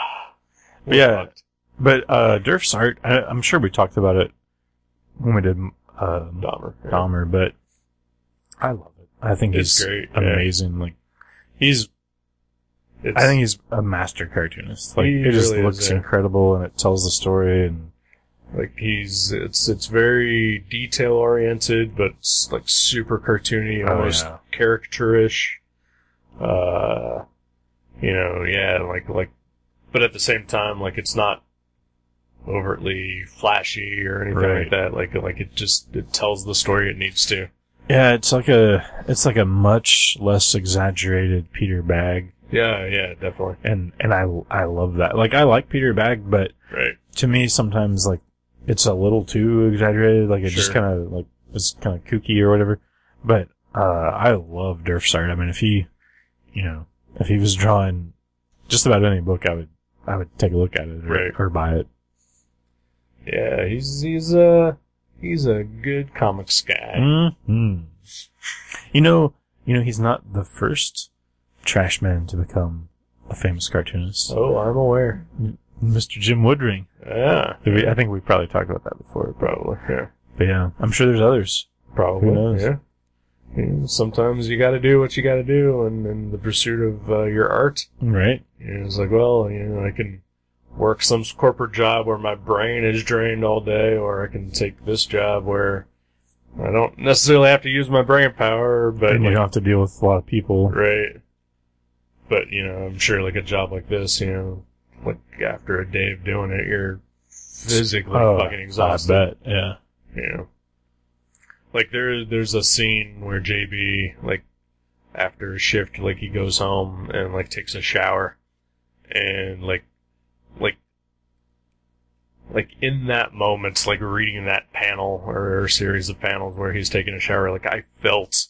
S2: But yeah, but uh, Durf's art. I, I'm sure we talked about it when we did uh,
S1: Dahmer. Yeah.
S2: Dahmer, but I love it. I think
S1: It's
S2: he's
S1: great. yeah.
S2: amazing. Like he's,
S1: It's-
S2: I think he's a master cartoonist. Like
S1: He
S2: it just
S1: really is,
S2: looks
S1: yeah.
S2: incredible, and it tells the story, and
S1: Like he's it's it's very detail oriented, but it's like super cartoony,
S2: Oh,
S1: almost
S2: yeah.
S1: caricaturish. Uh, you know, yeah, like like, but at the same time, like it's not overtly flashy or anything like
S2: Right.
S1: that. Like like it just it tells the story it needs to.
S2: Yeah, it's like a it's like a much less exaggerated Peter Bag,
S1: Yeah, yeah, definitely.
S2: and and I I love that. Like I like Peter Bag, but
S1: Right.
S2: to me sometimes like it's a little too exaggerated. Like it just
S1: Sure.
S2: kind of like it's kind of kooky or whatever. But uh, I love Durf's art. I mean, if he, you know, if he was drawing just about any book, I would I would take a look at it or,
S1: Right.
S2: or buy it.
S1: Yeah, he's he's a he's a good comics guy.
S2: hmm You know, you know, he's not the first trash man to become a famous cartoonist.
S1: Oh, I'm aware.
S2: Mr. Jim Woodring.
S1: Yeah,
S2: Did we- I think we probably talked about that before,
S1: probably. Yeah.
S2: but yeah, I'm sure there's others.
S1: Probably.
S2: Who knows?
S1: Yeah. Yeah, Sometimes you got to do what you got to do, and in the pursuit of uh, your art,
S2: Right?
S1: you know, it's like, well, you know, I can work some corporate job where my brain is drained all day, or I can take this job where I don't necessarily have to use my brain power, but
S2: and you
S1: like,
S2: don't have to deal with a lot of people.
S1: right. But you know, I'm sure like a job like this, you know, like after a day of doing it, you're physically
S2: Oh,
S1: fucking exhausted.
S2: I bet. Yeah.
S1: Yeah. Like there, there's a scene where JB, like, after a shift, like he goes home and like takes a shower, and like, like, like in that moment, like reading that panel or series of panels where he's taking a shower, like I felt,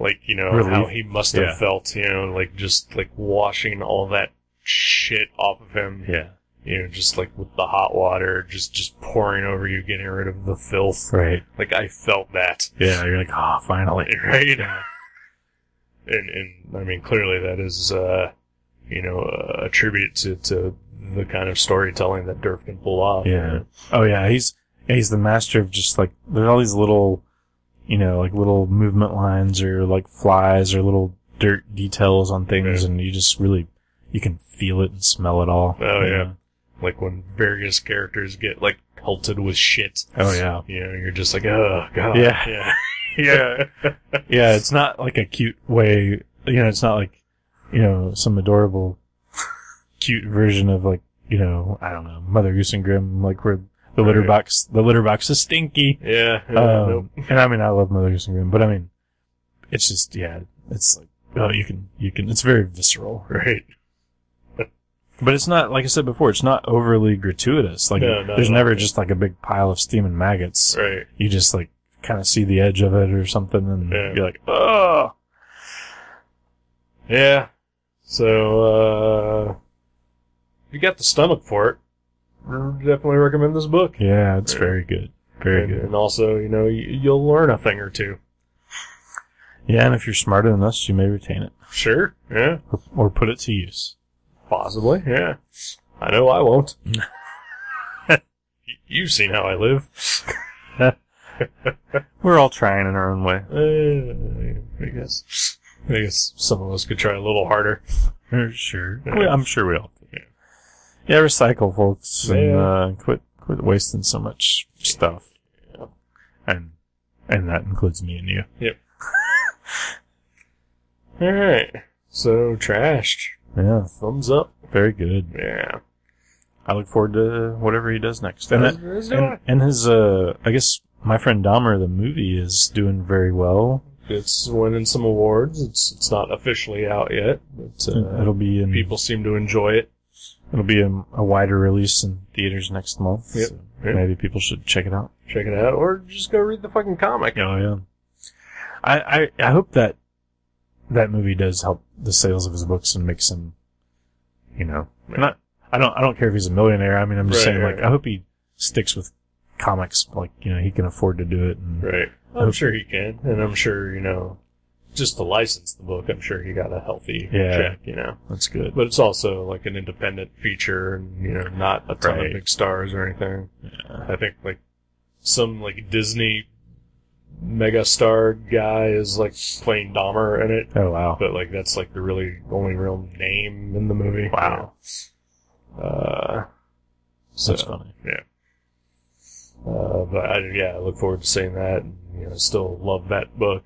S1: like you know how
S2: Relief.
S1: he must have
S2: Yeah.
S1: felt, you know, like just like washing all that shit off of him
S2: Yeah.
S1: you know, just like with the hot water, just just pouring over you, getting rid of the filth.
S2: Right.
S1: Like I felt that,
S2: Yeah. You're like, ah, finally.
S1: right? and and I mean, clearly that is, uh, you know, a tribute to to the kind of storytelling that Durf can pull off.
S2: Yeah. Oh yeah. He's yeah, he's the master of just like there's all these little, you know, like little movement lines or like flies or little dirt details on things,
S1: Yeah.
S2: and you just really you can feel it and smell it all.
S1: Oh,
S2: you
S1: yeah.
S2: know?
S1: Like when various characters get like pelted with shit.
S2: Oh yeah.
S1: You know, you're just like, oh god.
S2: Yeah.
S1: Yeah.
S2: yeah. Yeah. It's not like a cute way. You know, it's not like you know some adorable, cute version of like you know I don't know Mother Goose and Grimm like where the litter
S1: Right.
S2: box the litter box is stinky.
S1: Yeah. yeah,
S2: Um,
S1: nope.
S2: And I mean, I love Mother Goose and Grimm, but I mean, it's just yeah, it's like oh, you can you can. It's very visceral,
S1: Right.
S2: but it's not like I said before. It's not overly gratuitous. Like
S1: No, not
S2: there's
S1: at
S2: never
S1: all.
S2: just like a big pile of steaming maggots.
S1: Right.
S2: You just like kind of see the edge of it or something, and
S1: Yeah.
S2: you're like, oh,
S1: Yeah. So, uh, if you got the stomach for it, I definitely recommend this book.
S2: yeah, it's
S1: Right.
S2: very good, very
S1: and,
S2: good.
S1: And also, you know, y- you'll learn a thing or two.
S2: Yeah, and if you're smarter than us, you may retain it
S1: Sure. Yeah.
S2: or, or put it to use.
S1: Possibly. Yeah. I know I won't. Y- You've seen how I live.
S2: We're all trying in our own way.
S1: Uh, I guess. I guess some of us could try a little harder.
S2: For sure.
S1: Yeah.
S2: We- I'm sure we all.
S1: Yeah.
S2: Yeah. yeah, recycle, folks, and
S1: Yeah.
S2: uh, quit quit wasting so much stuff.
S1: Yeah.
S2: And and that includes me and you.
S1: All right. So trashed.
S2: Yeah,
S1: Thumbs up.
S2: very good.
S1: Yeah.
S2: I look forward to whatever he does next. And
S1: Let's-
S2: that-
S1: let's do
S2: and,
S1: it.
S2: and his uh, I guess my friend Dahmer the movie is doing very well.
S1: It's winning some awards. It's it's not officially out yet, but uh,
S2: it'll be in
S1: people seem to enjoy it.
S2: it'll be in a wider release in theaters next month.
S1: Yep.
S2: so
S1: Yep.
S2: Maybe people should check it out.
S1: Check it out, or just go read the fucking comic.
S2: Oh yeah. I, I I hope that that movie does help the sales of his books and makes him, you know,
S1: Right.
S2: not. I don't I don't care if he's a millionaire. I mean, I'm just
S1: Right,
S2: saying
S1: right,
S2: like
S1: right.
S2: I hope he sticks with comics. Like you know, he can afford to do it. And,
S1: Right. I'm sure he can, and I'm sure you know, just to license the book, I'm sure he got a healthy
S2: Yeah.
S1: check, you know.
S2: That's good.
S1: But it's also like an independent feature, and you know, not a ton of
S2: Right.
S1: big stars or anything. I think like some like Disney mega star guy is like playing Dahmer in it,
S2: Oh wow.
S1: but like that's like the really only real name in the movie.
S2: Wow.
S1: Uh, so uh,
S2: That's funny.
S1: yeah. Uh, but I, yeah, I look forward to seeing that. And, you know, still love that book.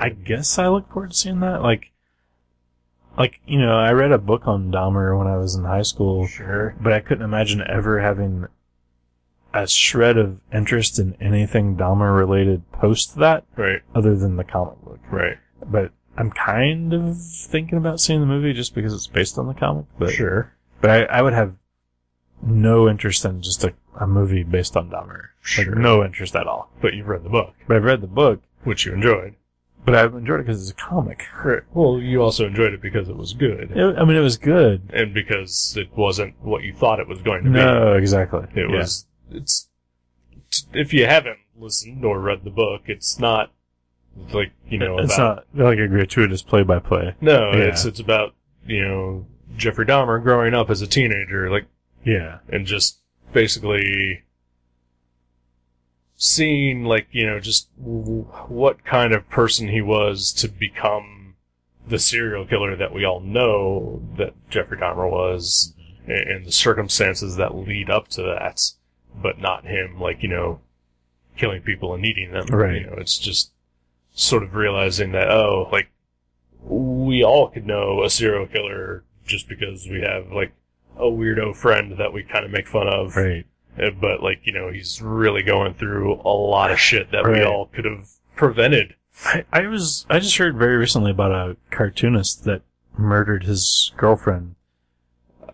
S2: I guess I look forward to seeing that. Like, like you know, I read a book on Dahmer when I was in high school,
S1: Sure.
S2: but I couldn't imagine ever having a shred of interest in anything Dahmer related post that,
S1: Right.
S2: other than the comic book.
S1: Right.
S2: But I'm kind of thinking about seeing the movie just because it's based on the comic. But
S1: sure.
S2: but I, I would have no interest in just a, a movie based on Dahmer.
S1: Sure.
S2: Like no interest at all.
S1: But you've read the book,
S2: But I've read the book,
S1: which you enjoyed.
S2: but I've enjoyed it because it's a comic.
S1: Right. Well, you also enjoyed it because it was good,
S2: It- I mean, it was good.
S1: and because it wasn't what you thought it was going to
S2: No, exactly.
S1: be. It
S2: Yeah.
S1: was. It's. If you haven't listened or read the book, it's not like you know.
S2: it's
S1: about,
S2: not like a gratuitous play-by-play.
S1: No,
S2: Yeah.
S1: it's it's about you know Jeffrey Dahmer growing up as a teenager, like
S2: Yeah,
S1: and just basically seeing like you know just w- what kind of person he was to become the serial killer that we all know that Jeffrey Dahmer was a- and the circumstances that lead up to that but not him like you know killing people and eating them
S2: Right.
S1: you know it's just sort of realizing that oh like we all could know a serial killer just because we have like a weirdo friend that we kind of make fun of
S2: right.
S1: uh, but like you know he's really going through a lot of shit that we
S2: Right.
S1: all could have prevented
S2: I, I was I just heard very recently about a cartoonist that murdered his girlfriend.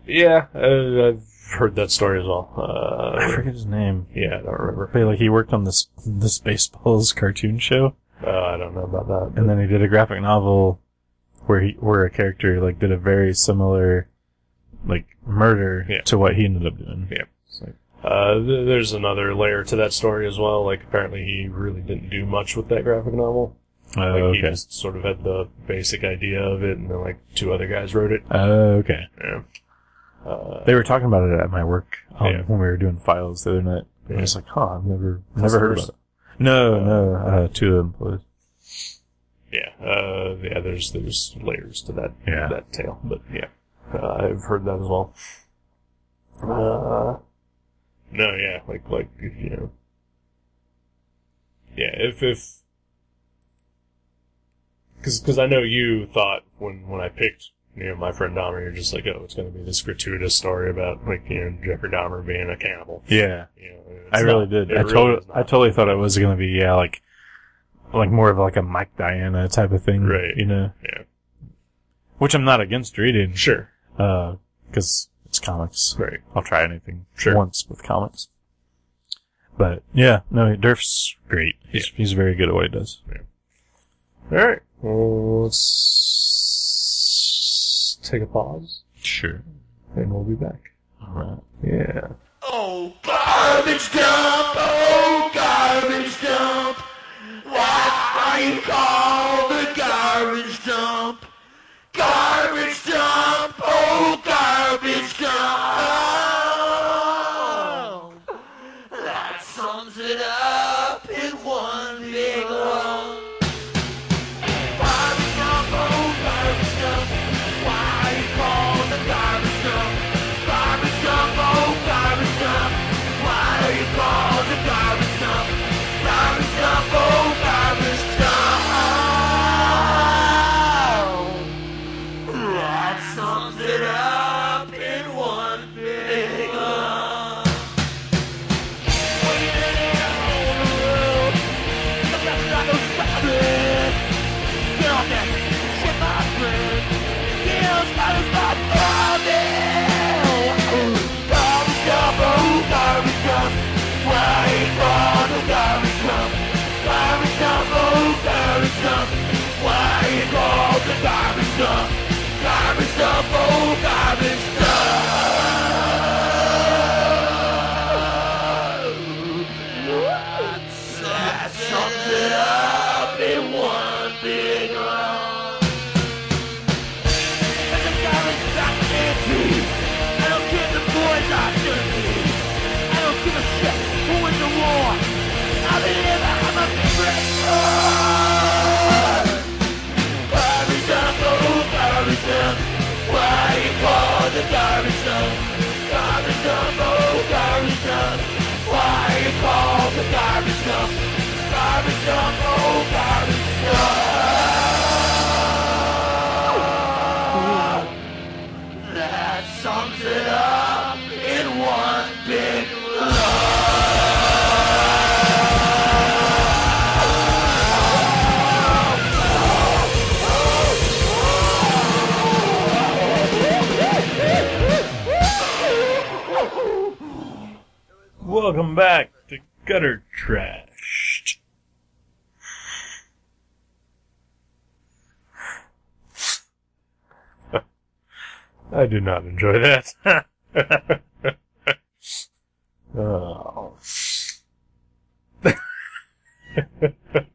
S1: yeah uh, i've heard that story as well
S2: I
S1: uh,
S2: forget his name,
S1: yeah i don't remember
S2: but like he worked on this this baseballs cartoon show,
S1: uh, i don't know about that
S2: and then he did a graphic novel where he where a character like did a very similar like murder
S1: Yeah.
S2: to what he ended up doing.
S1: Yeah. uh, th- there's another layer to that story as well like apparently he really didn't do much with that graphic novel
S2: Oh,
S1: like he
S2: okay.
S1: just sort of had the basic idea of it and then like two other guys wrote it
S2: Oh, okay.
S1: yeah uh,
S2: They were talking about it at my work um,
S1: Yeah.
S2: when we were doing files the other night. I was like, huh, I've never never heard about
S1: Customers?
S2: it. No,
S1: Uh,
S2: no, uh, two employees.
S1: Yeah, uh, yeah. There's there's layers to that
S2: Yeah.
S1: that tale, but yeah, uh, I've heard that as well. Uh, no, yeah, like like you know, yeah. If if because because I know you thought when when I picked you know my friend Dahmer, you're just like, oh, it's going to be this gratuitous story about like you know Jeffrey Dahmer being a cannibal.
S2: Yeah,
S1: You know,
S2: I
S1: it's
S2: really
S1: not.
S2: did.
S1: It
S2: I
S1: really
S2: totally,
S1: is
S2: I
S1: not.
S2: totally thought it was gonna be yeah, like, like more of like a Mike Diana type of thing,
S1: Right.
S2: You know,
S1: Yeah.
S2: Which I'm not against reading,
S1: sure,
S2: uh, because it's comics.
S1: right,
S2: I'll try anything
S1: Sure.
S2: once with comics. But yeah, no, Durf's great. He's he's very good at what he does.
S1: all right. Well, let's take a pause.
S2: Sure.
S1: and we'll be back.
S2: All right.
S1: Yeah.
S3: Oh, garbage dump! Oh, garbage dump! Why are you called the garbage dump? Garbage dump! Oh, garbage dump! That sums it up in one big lump. Garbage dump! Oh, garbage dump! Why are you called the garbage dump? Garbage dump, oh garbage dump. Why are you called the garbage dump? Garbage dump, oh garbage dump. That sums it up in one big lump. Get off that shit, my friend. Get off that shit, my friend. Garbage dump, oh, garbage dump. Why you call the garbage dump? Garbage dump, oh, garbage dump. Why you call the garbage dump? Garbage dump, oh, garbage dump. That sums it up in one big lump. And the garbage back empty. I don't give the boys I should be. I don't give a shit who wins the war. I believe I have a favorite son. Garbage dump, oh garbage dump. Why you call the garbage dump? Garbage dump, oh garbage dump. Why you call garbage dump, oh garbage dump. That sums it up in one big
S2: Welcome back to Gutter Trashed.
S1: I do not enjoy that. oh.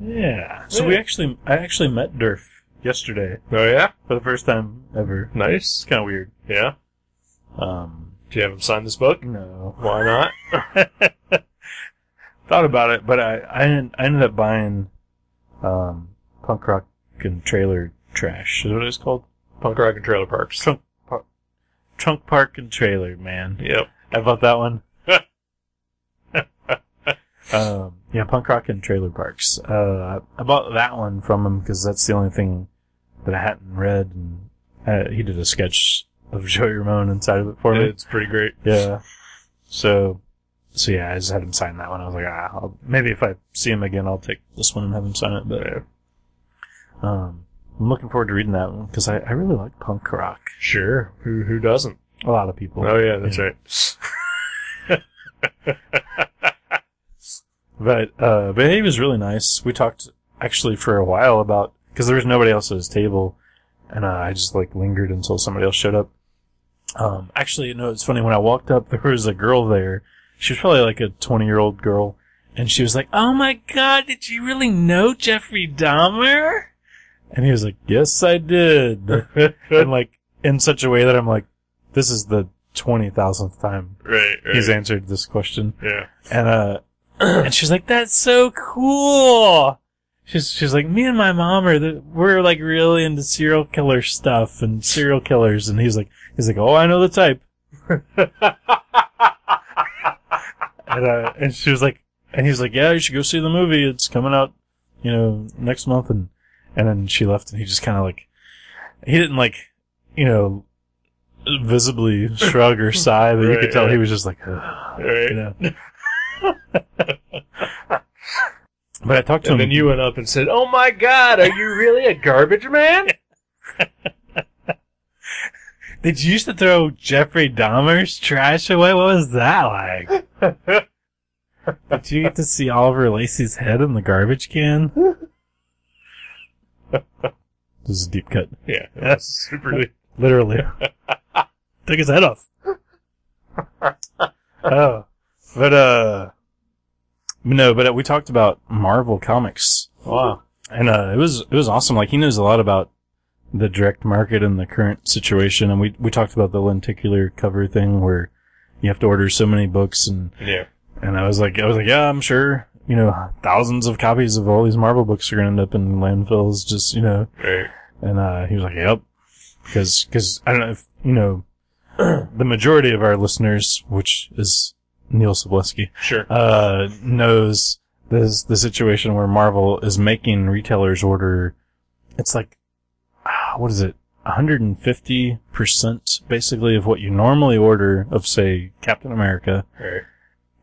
S2: Yeah. So we actually, I actually met Durf yesterday
S1: Oh yeah?
S2: for the first time ever.
S1: Nice.
S2: um, It's kind of weird.
S1: Yeah.
S2: Um,
S1: Do you have him sign this book?
S2: no.
S1: Why not?
S2: Thought about it, but I, I, en- I ended up buying, um, punk rock and trailer trash. Is what it's called?
S1: Punk Rock and Trailer Parks.
S2: Trunk park, trunk park and trailer, man.
S1: Yep.
S2: I bought that one. um, yeah, punk rock and trailer parks. Uh, I bought that one from him because that's the only thing that I hadn't read. And uh, he did a sketch of Joey Ramone inside of it for me.
S1: It's pretty great.
S2: Yeah. So, so yeah, I just had him sign that one. I was like, ah, I'll, maybe if I see him again, I'll take this one and have him sign it. But um, I'm looking forward to reading that one because I, I really like punk rock.
S1: Sure. Who who doesn't?
S2: A lot of people.
S1: Oh yeah, that's
S2: Yeah.
S1: right.
S2: But uh, but he was really nice. We talked actually for a while about because there was nobody else at his table, and uh, I just like lingered until somebody else showed up. Um, actually, no, it's funny. When I walked up, there was a girl there. She was probably like a twenty-year-old girl, and she was like, "Oh my god, did you really know Jeffrey Dahmer?" And he was like, "Yes, I did," and like in such a way that I'm like, "This is the twenty thousandth time
S1: Right, right.
S2: he's answered this question."
S1: yeah.
S2: And uh, and she's like, "That's so cool." She's she's like, "Me and my mom are the, we're like really into serial killer stuff and serial killers." And he's like, he's like, "Oh, I know the type." and uh, and she was like, and he's like, "Yeah, you should go see the movie. It's coming out, you know, next month." And and then she left, and he just kind of like, he didn't like, you know, visibly shrug or sigh, but you
S1: Right,
S2: could tell
S1: right.
S2: he was just like. "Ugh."
S1: Right.
S2: You know. but I talked to
S1: And
S2: him.
S1: then you went up and said, "Oh my God, are you really a garbage man?"
S2: Did you used to throw Jeffrey Dahmer's trash away? What was that like? Did you get to see Oliver Lacey's head in the garbage can? this is a deep cut.
S1: yeah, that's super.
S2: Literally. Took his head off. oh. But, uh, no, but uh, we talked about Marvel Comics.
S1: Wow.
S2: and uh, it was it was awesome. Like he knows a lot about the direct market and the current situation, and we we talked about the lenticular cover thing where you have to order so many books, and
S1: Yeah.
S2: and I was like I was like yeah, I'm sure you know thousands of copies of all these Marvel books are gonna end up in landfills, just you know,
S1: Right.
S2: and uh, he was like yep, because because I don't know if you know the majority of our listeners, which is Neil Sobleski,
S1: Sure.
S2: uh, knows this the situation where Marvel is making retailers order. It's like ah, what is it? 150 percent basically of what you normally order of say Captain America
S1: right.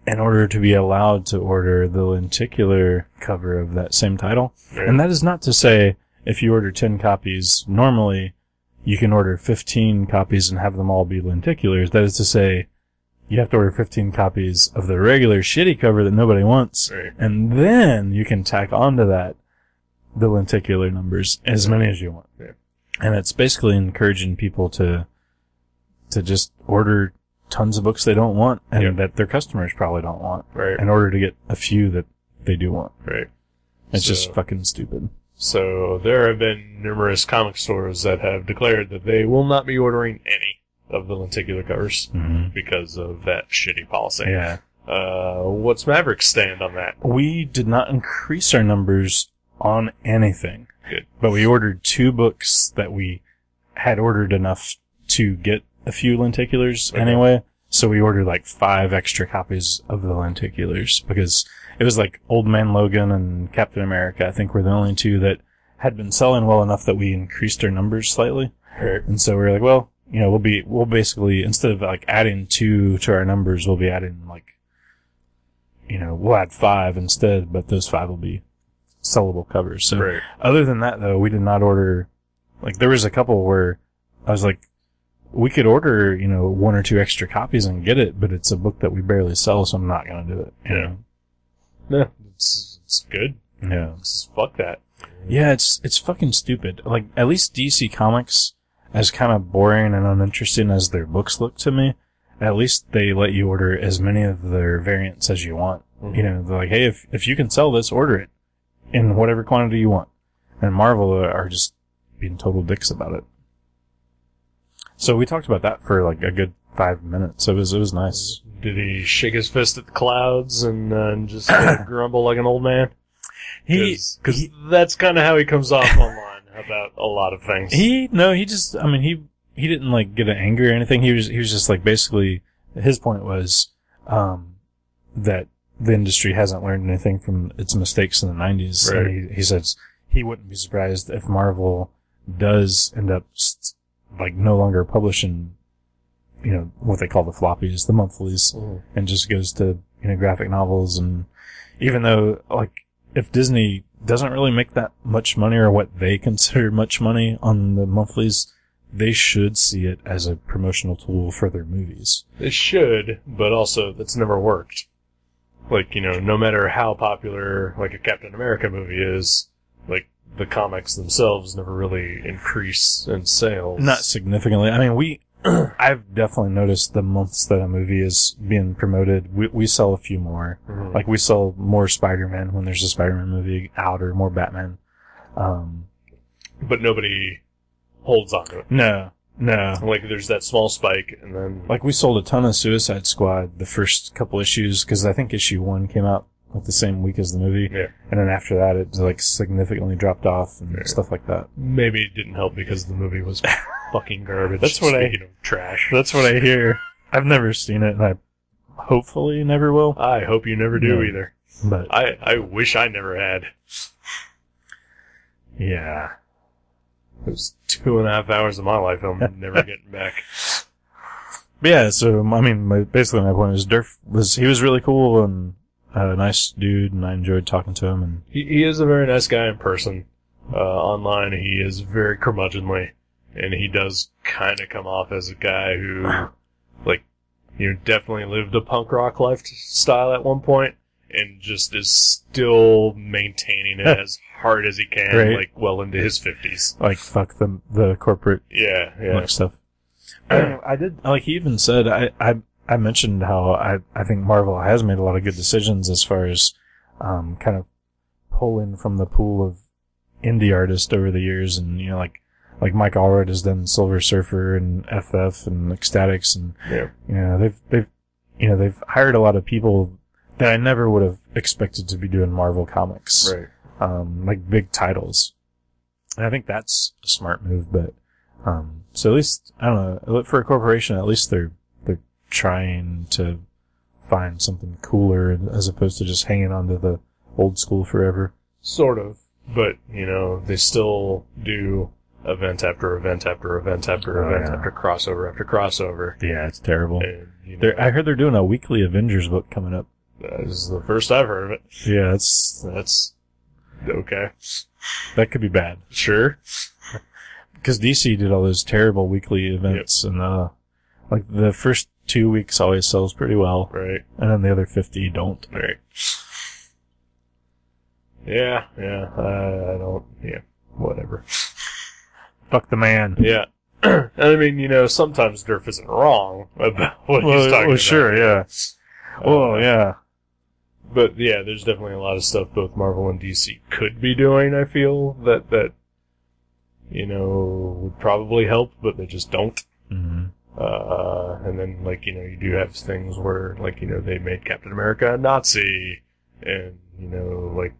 S2: in order to be allowed to order the lenticular cover of that same title.
S1: Right.
S2: And that is not to say if you order 10 copies normally, you can order 15 copies and have them all be lenticulars. That is to say, you have to order 15 copies of the regular shitty cover that nobody wants.
S1: Right.
S2: And then you can tack onto that the lenticular numbers as many as you want.
S1: Yeah.
S2: And it's basically encouraging people to, to just order tons of books they don't want and
S1: Yeah.
S2: that their customers probably don't want
S1: Right.
S2: in order to get a few that they do want.
S1: right.
S2: It's
S1: So-
S2: just fucking stupid.
S1: So there have been numerous comic stores that have declared that they will not be ordering any of the lenticular covers
S2: Mm-hmm.
S1: because of that shitty policy.
S2: Yeah.
S1: Uh, what's Maverick's stand on that?
S2: We did not increase our numbers on anything.
S1: Good.
S2: But we ordered two books that we had ordered enough to get a few lenticulars
S1: Okay.
S2: anyway. So we ordered like five extra copies of the lenticulars because it was like Old Man Logan and Captain America. I think were the only two that had been selling well enough that we increased our numbers slightly.
S1: Right.
S2: And so we were like, well, you know, we'll be we'll basically instead of like adding two to our numbers, we'll be adding like, you know, we'll add five instead, but those five will be sellable covers. So
S1: Right.
S2: other than that, though, we did not order. Like there was a couple where I was like, we could order, you know, one or two extra copies and get it, but it's a book that we barely sell, so I'm not going to do it. you
S1: Yeah.
S2: know?
S1: Yeah, it's, it's good.
S2: Yeah.
S1: It's- fuck that.
S2: Yeah, it's it's fucking stupid. Like at least DC Comics, as kind of boring and uninteresting as their books look to me, at least they let you order as many of their variants as you want. You know, they're like, hey, if if you can sell this, order it in whatever quantity you want. And Marvel are just being total dicks about it. So we talked about that for like a good five minutes. It was it was nice.
S1: Did he shake his fist at the clouds and, uh, and just kinda grumble like an old man?
S2: He
S1: because that's kind of how he comes off online about a lot of things.
S2: He no, he just I mean he he didn't like get angry or anything. He was he was just like basically his point was um that the industry hasn't learned anything from its mistakes in the nineties. And he, he says he wouldn't be surprised if Marvel does end up s- like no longer publishing you know what they call the floppies, the monthlies
S1: Mhm.
S2: and just goes to you know graphic novels and even though like if Disney doesn't really make that much money or what they consider much money on the monthlies, they should see it as a promotional tool for their movies.
S1: They should, but also that's never worked. Like you know, no matter how popular like a Captain America movie is, like the comics themselves never really increase in sales.
S2: Not significantly. I mean, we I've definitely noticed the months that a movie is being promoted, we we sell a few more.
S1: Mhm.
S2: Like we sell more Spider-Man when there's a Spider-Man movie out or more Batman. Um,
S1: but nobody holds on to it.
S2: no, no.
S1: Like there's that small spike, and then
S2: Like we sold a ton of Suicide Squad the first couple issues because I think issue one came out like the same week as the movie,
S1: yeah,
S2: and then after that it like significantly dropped off and
S1: Yeah.
S2: stuff like that.
S1: maybe it didn't help because the movie was fucking garbage.
S2: That's what I-
S1: Speaking of trash.
S2: That's what I hear. I've never seen it, and I hopefully never will.
S1: I hope you never do
S2: No.
S1: either.
S2: But
S1: I I wish I never had.
S2: yeah,
S1: It was two and a half hours of my life I'm never getting back.
S2: But yeah. So I mean, my, basically my point is, Durf was he was really cool and a nice dude, and I enjoyed talking to him. And
S1: He, he is a very nice guy in person. Uh, online, he is very curmudgeonly, and he does kind of come off as a guy who, like, you know, definitely lived a punk rock lifestyle at one point, and just is still maintaining it as hard as he can,
S2: Right.
S1: like, well into his 50s.
S2: like fuck the the corporate
S1: Yeah, yeah.
S2: like stuff. I did like he even said I, I I mentioned how I I think Marvel has made a lot of good decisions as far as um kind of pulling from the pool of indie artists over the years and you know like like Mike Allred has done Silver Surfer and FF and Ecstatics and
S1: Yeah.
S2: you know they've they've you know they've hired a lot of people that I never would have expected to be doing Marvel comics
S1: Right.
S2: um, like big titles. And I think that's a smart move, but um, so at least I don't know for a corporation, at least they're they're trying to find something cooler as opposed to just hanging on to the old school forever.
S1: Sort of. But, you know, they still do event after event after event after
S2: Oh,
S1: event
S2: yeah.
S1: after crossover after crossover.
S2: Yeah, it's terrible.
S1: And, you know,
S2: They're, I heard they're doing a weekly Avengers book coming up.
S1: this is the first I've heard of it.
S2: Yeah, it's
S1: That's okay.
S2: that could be bad
S1: Sure.
S2: because DC did all those terrible weekly events, and uh, like the first two weeks always sells pretty well,
S1: Right.
S2: and then the other fifty don't.
S1: Right. Yeah, yeah. I, I don't. Yeah. Whatever.
S2: Fuck the man.
S1: Yeah. And I mean, you know, sometimes Durf isn't wrong about what
S2: well,
S1: he's talking
S2: well,
S1: about. Uh,
S2: sure, yeah. well, Oh, yeah.
S1: But yeah, there's definitely a lot of stuff both Marvel and DC could be doing. I feel that that you know would probably help, but they just don't. Mm-hmm. Uh, and then like you know you do have things where like you know they made Captain America a Nazi, and you know like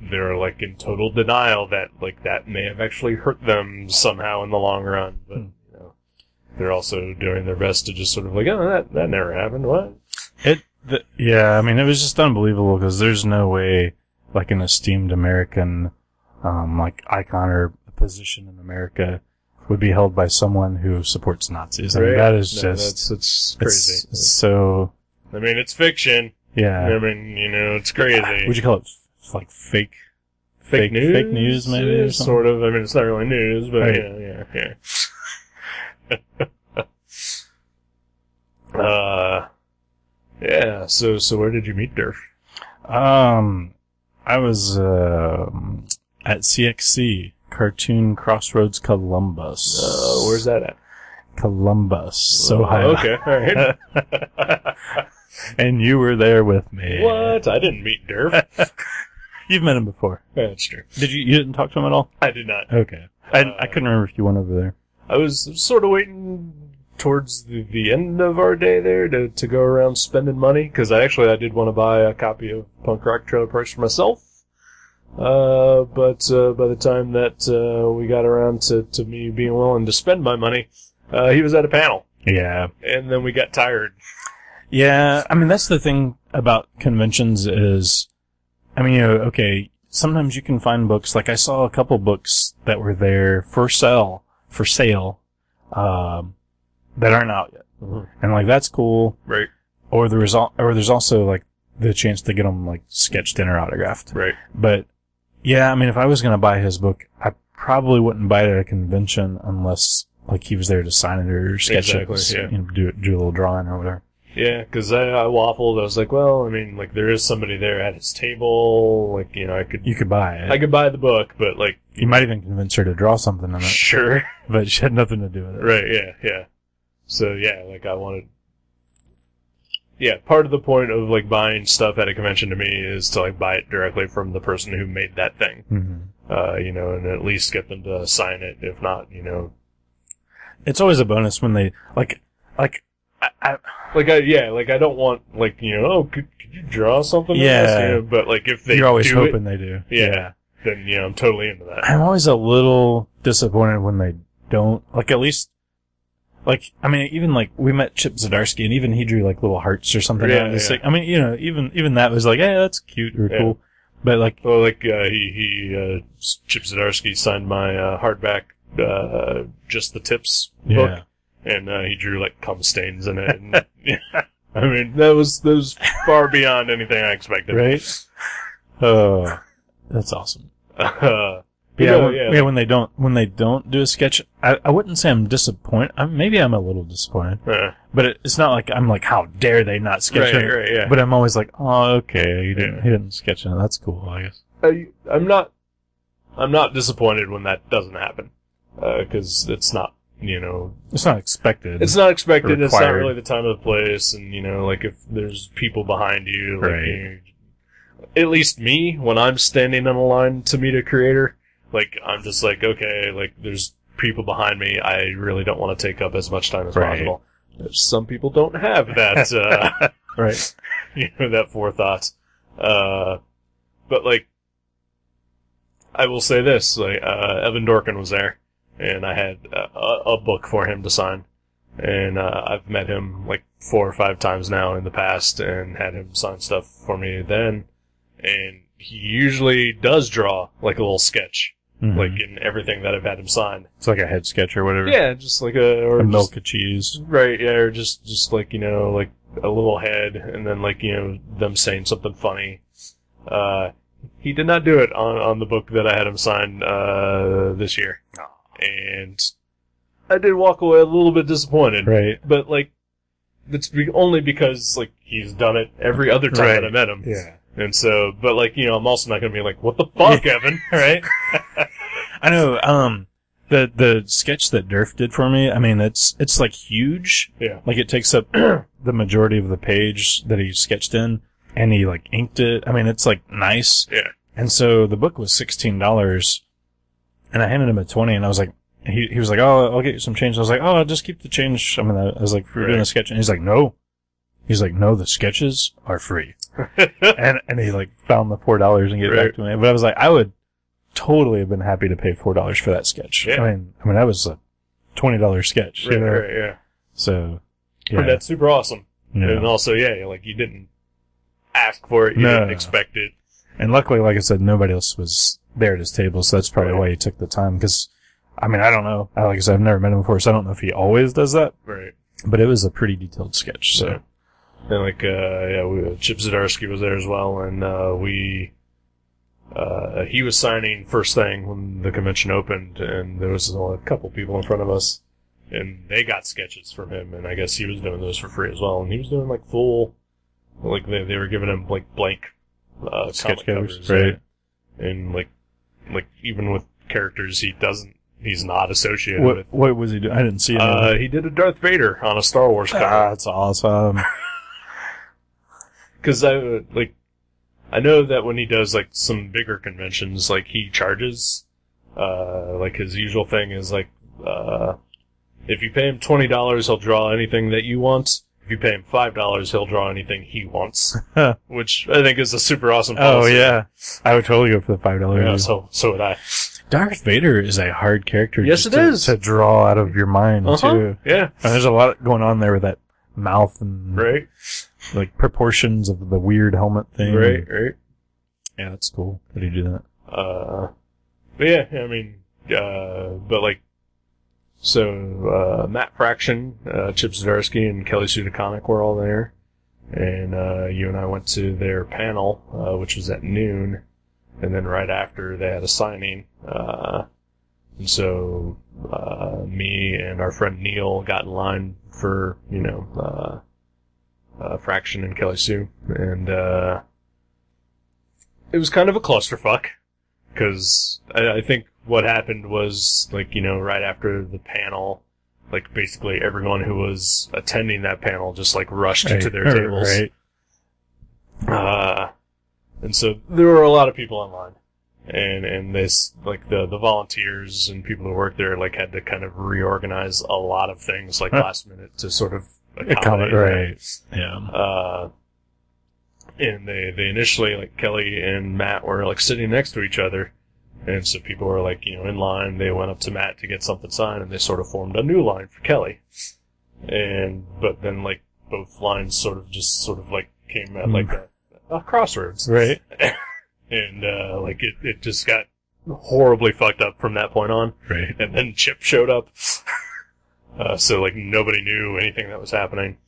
S1: they're like in total denial that like that may have actually hurt them somehow in the long run. But
S2: Hmm.
S1: you know they're also doing their best to just sort of like oh that that never happened. What?
S2: It the, yeah, I mean, it was just unbelievable because there's no way, like, an esteemed American, um, like, icon or position in America would be held by someone who supports Nazis. I mean, that is
S1: No, that's,
S2: just
S1: that's
S2: it's-
S1: crazy.
S2: it's so,
S1: I mean, it's fiction.
S2: yeah.
S1: I mean, you know, it's crazy.
S2: Would you call it, f- like, fake?
S1: fake, news?
S2: Fake news, maybe?
S1: Yeah,
S2: Or something?
S1: sort of. I mean, it's not really news, but
S2: Right.
S1: yeah, yeah, yeah. uh, yeah. So, so where did you meet Durf?
S2: Um, I was um at CXC Cartoon Crossroads Columbus.
S1: Uh, where's that at?
S2: Columbus, so
S1: Uh,
S2: high.
S1: Okay, all right.
S2: And you were there with me.
S1: what? I didn't meet Durf.
S2: You've met him before.
S1: That's true.
S2: Did you? You didn't talk to him at all?
S1: I did not.
S2: Okay. I
S1: Uh,
S2: I couldn't remember if you went over there.
S1: I was sort of waiting towards the, the end of our day there to, to go around spending money because I actually I did want to buy a copy of Punk Rock Trailer Parks for myself. Uh, but uh, by the time that uh, we got around to, to me being willing to spend my money, uh, he was at a panel,
S2: Yeah.
S1: and then we got tired.
S2: Yeah. I mean, that's the thing about conventions is, I mean, you know, okay. Sometimes you can find books. Like I saw a couple books that were there for sale for sale, um, that aren't out yet. and like that's cool.
S1: Right,
S2: Or the result, or there's also like the chance to get them like sketched in or autographed.
S1: right.
S2: But yeah, I mean, if I was gonna buy his book, I probably wouldn't buy it at a convention unless like he was there to sign it or sketch it,
S1: Exactly, yeah.
S2: you know, do it, do a little drawing or whatever.
S1: Yeah, because I, I waffled. I was like, well, I mean, like there is somebody there at his table. Like you know, I could
S2: You could buy it.
S1: I could buy the book, but like
S2: you might even convince her to draw something in it,
S1: sure.
S2: but she had nothing to do with it.
S1: Right, yeah, yeah. So yeah, like I wanted Yeah, part of the point of like buying stuff at a convention to me is to like buy it directly from the person who made that thing.
S2: hmm
S1: Uh, you know, and at least get them to sign it. If not, you know
S2: It's always a bonus when they like, like, I, I,
S1: like I yeah, like I don't want like, you know, oh could, could you draw something? in this?"
S2: Yeah.
S1: You know, but like if they
S2: you're always
S1: do it,
S2: hoping they do.
S1: Yeah. then yeah, I'm totally into that.
S2: I'm always a little disappointed when they don't. Like at least, like I mean, even like we met Chip Zdarsky, and even he drew like little hearts or something.
S1: Yeah,
S2: out of this
S1: yeah.
S2: thing. I mean, you know, even even that was like, hey, that's cute or
S1: Yeah.
S2: cool. But like,
S1: Well, like uh, he he uh, Chip Zdarsky signed my uh, hardback, uh, just the tips book,
S2: yeah,
S1: and uh, he drew like cum stains in it. And, I mean, that was that was far beyond anything I expected.
S2: right. Oh, that's awesome.
S1: Uh,
S2: Yeah,
S1: yeah,
S2: when,
S1: yeah.
S2: yeah, When they don't, when they don't do a sketch, I, I wouldn't say I'm disappointed. I'm, maybe I'm a little disappointed,
S1: uh,
S2: but it, it's not like I'm like, how dare they not sketch
S1: right,
S2: it?
S1: right, yeah.
S2: But I'm always like, oh, okay, he didn't,
S1: Yeah.
S2: he didn't sketch it. That's cool, I guess.
S1: I, I'm not, I'm not disappointed when that doesn't happen, because it's not, you know,
S2: It's not expected.
S1: It's not expected. It's not
S2: Required.
S1: really the time of the place, and you know, like if there's people behind you, like,
S2: Right.
S1: you- at least me, when I'm standing in a line to meet a creator, like I'm just like, okay, like there's people behind me. I really don't want to take up as much time as
S2: Right.
S1: possible. Some people don't have that, uh,
S2: right.
S1: you know, that forethought. Uh, but like, I will say this: like uh, Evan Dorkin was there, and I had a, a a book for him to sign, and uh, I've met him like four or five times now in the past, and had him sign stuff for me then, and he usually does draw like a little sketch, like in everything that I've had him sign.
S2: Mm-hmm. it's like a head sketch or whatever.
S1: Yeah, just like a or
S2: Or
S1: just-
S2: milk of cheese.
S1: Right, yeah, or just just like you know, like a little head, and then like you know them saying something funny. Uh, he did not do it on on the book that I had him sign uh, this year, and I did walk away a little bit disappointed.
S2: Right.
S1: But like, that's be- only because like he's done it every other time that I
S2: Right.
S1: met him,
S2: Yeah.
S1: and so. But like you know, I'm also not gonna be like, what the fuck, Evan?
S2: Right. I know. Um, the the sketch that Durf did for me. I mean, it's it's like huge.
S1: Yeah.
S2: Like it takes up the majority of the page that he sketched in, and he like inked it. I mean, it's like nice.
S1: Yeah.
S2: And so the book was sixteen dollars, and I handed him a twenty, and I was like. He, he was like, oh, I'll get you some change. I was like, oh, I'll just keep the change. I mean, I was like, we're doing a
S1: Right.
S2: sketch. And he's like, no. He's like, no, the sketches are free. and and he like found the four dollars and gave it
S1: Right.
S2: back to me. But I was like, I would totally have been happy to pay four dollars for that sketch.
S1: Yeah.
S2: I mean, I mean that was a twenty dollar sketch. you
S1: right,
S2: know?
S1: right, yeah.
S2: So yeah,
S1: And that's super awesome.
S2: yeah.
S1: And also, yeah, like you didn't
S4: ask for it. You
S2: No.
S4: didn't expect it.
S2: And luckily, like I said, nobody else was there at his table, so that's probably why he took the time. Because, I mean, I don't know. I- Like I said, I've never met him before, so I don't know if he always does that.
S4: Right.
S2: But it was a pretty detailed sketch. So,
S4: Yeah.
S1: And like, uh, yeah, we, Chip Zdarsky was there as well, and uh, we, uh, he was signing first thing when the convention opened, and there was only a couple people in front of us, and they got sketches from him, and I guess he was doing those for free as well, and he was doing like full, like they, they were giving him like blank uh, comic
S2: Sketch covers,
S1: covers,
S2: right.
S1: And like, like even with characters he doesn't, he's not associated
S2: what
S1: with.
S2: what was he doing? I didn't see him.
S1: Uh, he did a Darth Vader on a Star Wars comic.
S2: Ah, that's awesome.
S1: Because I uh, like, I know that when he does like some bigger conventions, like he charges. Uh, like his usual thing is like, uh, if you pay him twenty dollars, he'll draw anything that you want. If you pay him five dollars, he'll draw anything he wants, which I think is a super awesome.
S2: oh
S1: Policy.
S2: yeah, I would totally go for the five dollars.
S1: Yeah, so so would I.
S2: Darth Vader is a hard character.
S1: Yes,
S2: just
S1: it
S2: to,
S1: is.
S2: to draw out of your mind
S1: Uh-huh.
S2: too.
S1: Yeah,
S2: And there's a lot going on there with that mouth and
S1: right,
S2: like proportions of the weird helmet thing.
S1: right, right.
S2: Yeah, that's cool. How do you do that?
S1: Uh, but yeah, I mean, uh, but like, so, uh, Matt Fraction, uh, Chip Zdarsky, and Kelly Sudaconic were all there. And, uh, you and I went to their panel, uh, which was at noon. And then right after they had a signing, uh, and so, uh, me and our friend Neil got in line for, you know, uh, uh, Fraction and Kelly Sue. And, uh, it was kind of a clusterfuck because I, I think what happened was like you know right after the panel like basically everyone who was attending that panel just like rushed to their
S2: Right,
S1: tables
S2: Right.
S1: uh, and so there were a lot of people online and and this like the the volunteers and people who worked there like had to kind of reorganize a lot of things like
S2: Huh.
S1: last minute to sort of accommodate
S2: Accommodate,
S1: that
S2: right. Yeah.
S1: uh, and they, they initially like Kelly and Matt were like sitting next to each other, and so people were like you know in line. They went up to Matt to get something signed, and they sort of formed a new line for Kelly. And but then like both lines sort of just sort of like came at like a, a crossroads,
S2: Right.
S1: and uh, like it it just got horribly fucked up from that point on.
S2: Right.
S1: And then Chip showed up. uh, so, like, nobody knew anything that was happening.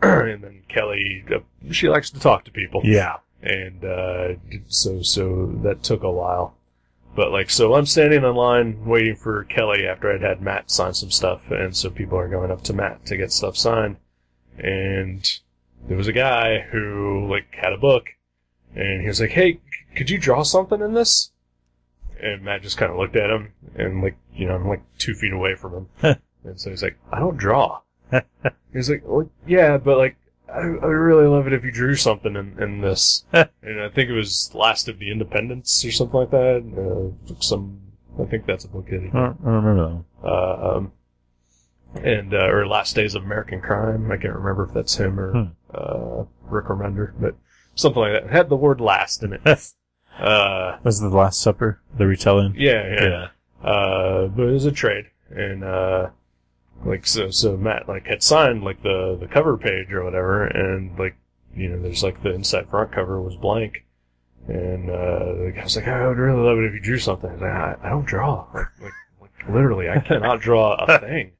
S1: and then Kelly, uh, she likes to talk to people.
S2: Yeah.
S1: And, uh, so, so that took a while. But, like, so I'm standing in line waiting for Kelly after I'd had Matt sign some stuff. And so people are going up to Matt to get stuff signed. And there was a guy who, like, had a book. And he was like, hey, c- could you draw something in this? And Matt just kind of looked at him, and like, you know, I'm like two feet away from him. and so he's like, I don't draw. he's like, well, yeah, but like, I, I would really love it if you drew something in, in this. and I think it was Last of the Independents or something like that. Uh, some, I think that's a book that he
S2: I don't, I don't remember that one.
S1: uh, um, and uh, or Last Days of American Crime. I can't remember if that's him or
S2: Hmm.
S1: uh, Rick Remender, but something like that. It had the word "last" in it. uh,
S2: Was it the Last Supper? The retelling?
S1: yeah, yeah. Uh, but it was a trade, and uh, like so, so Matt like had signed like the the cover page or whatever, and like you know, there's like the inside front cover was blank, and uh, the guy was like, I would really love it if you drew something. I was like, I, I don't draw, like, like, like literally, I cannot draw a thing.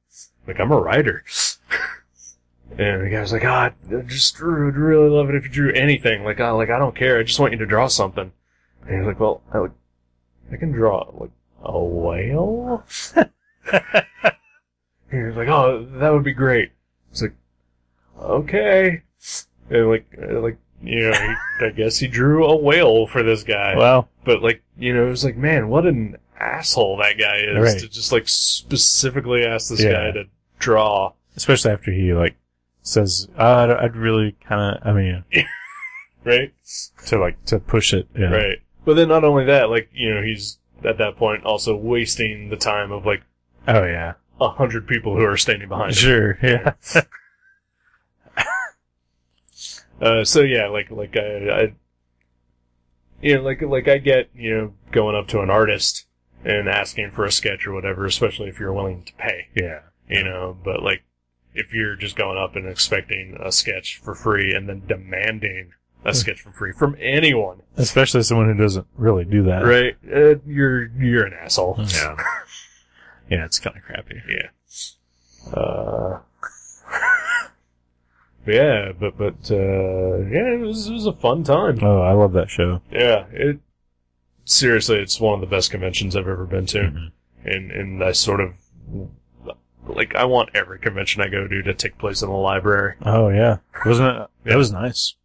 S1: Like I'm a writer. And the guy was like, "Ah, I just would really love it if you drew anything. Like, I like I don't care. I just want you to draw something." And he was like, "Well, I, like, I can draw like a whale? he was like, oh, that would be great. It's like, okay. And like, uh, like, you know, he, I guess he drew a whale for this guy.
S2: Well,
S1: But like, you know, it was like, man, what an asshole that guy is
S2: Right.
S1: to just like specifically ask this
S2: Yeah.
S1: guy to draw.
S2: especially after he like says, uh, I'd, I'd really kind of, I mean,
S1: Right?
S2: to like to push it. Yeah.
S1: Right. But then not only that, like, you know, he's at that point also wasting the time of like
S2: Oh yeah.
S1: a hundred people who are standing behind him.
S2: Sure. Yeah.
S1: Uh, so yeah, like like I, I, you know, like like I get you know going up to an artist and asking for a sketch or whatever, especially if you're willing to pay,
S2: Yeah.
S1: you know. But like if you're just going up and expecting a sketch for free and then demanding
S2: Hmm.
S1: a sketch for free from anyone,
S2: Especially someone who doesn't really do that.
S1: right? Uh, you're you're an asshole.
S2: Yeah. Yeah, it's kind of crappy.
S1: Uh, yeah, but but uh, yeah, it was it was a fun time.
S2: Oh, I love that show.
S1: Yeah, it seriously, it's one of the best conventions I've ever been
S2: Mm-hmm.
S1: to, and and I sort of like I want every convention I go to to take place in a library.
S2: Oh, yeah. Wasn't it? That was nice.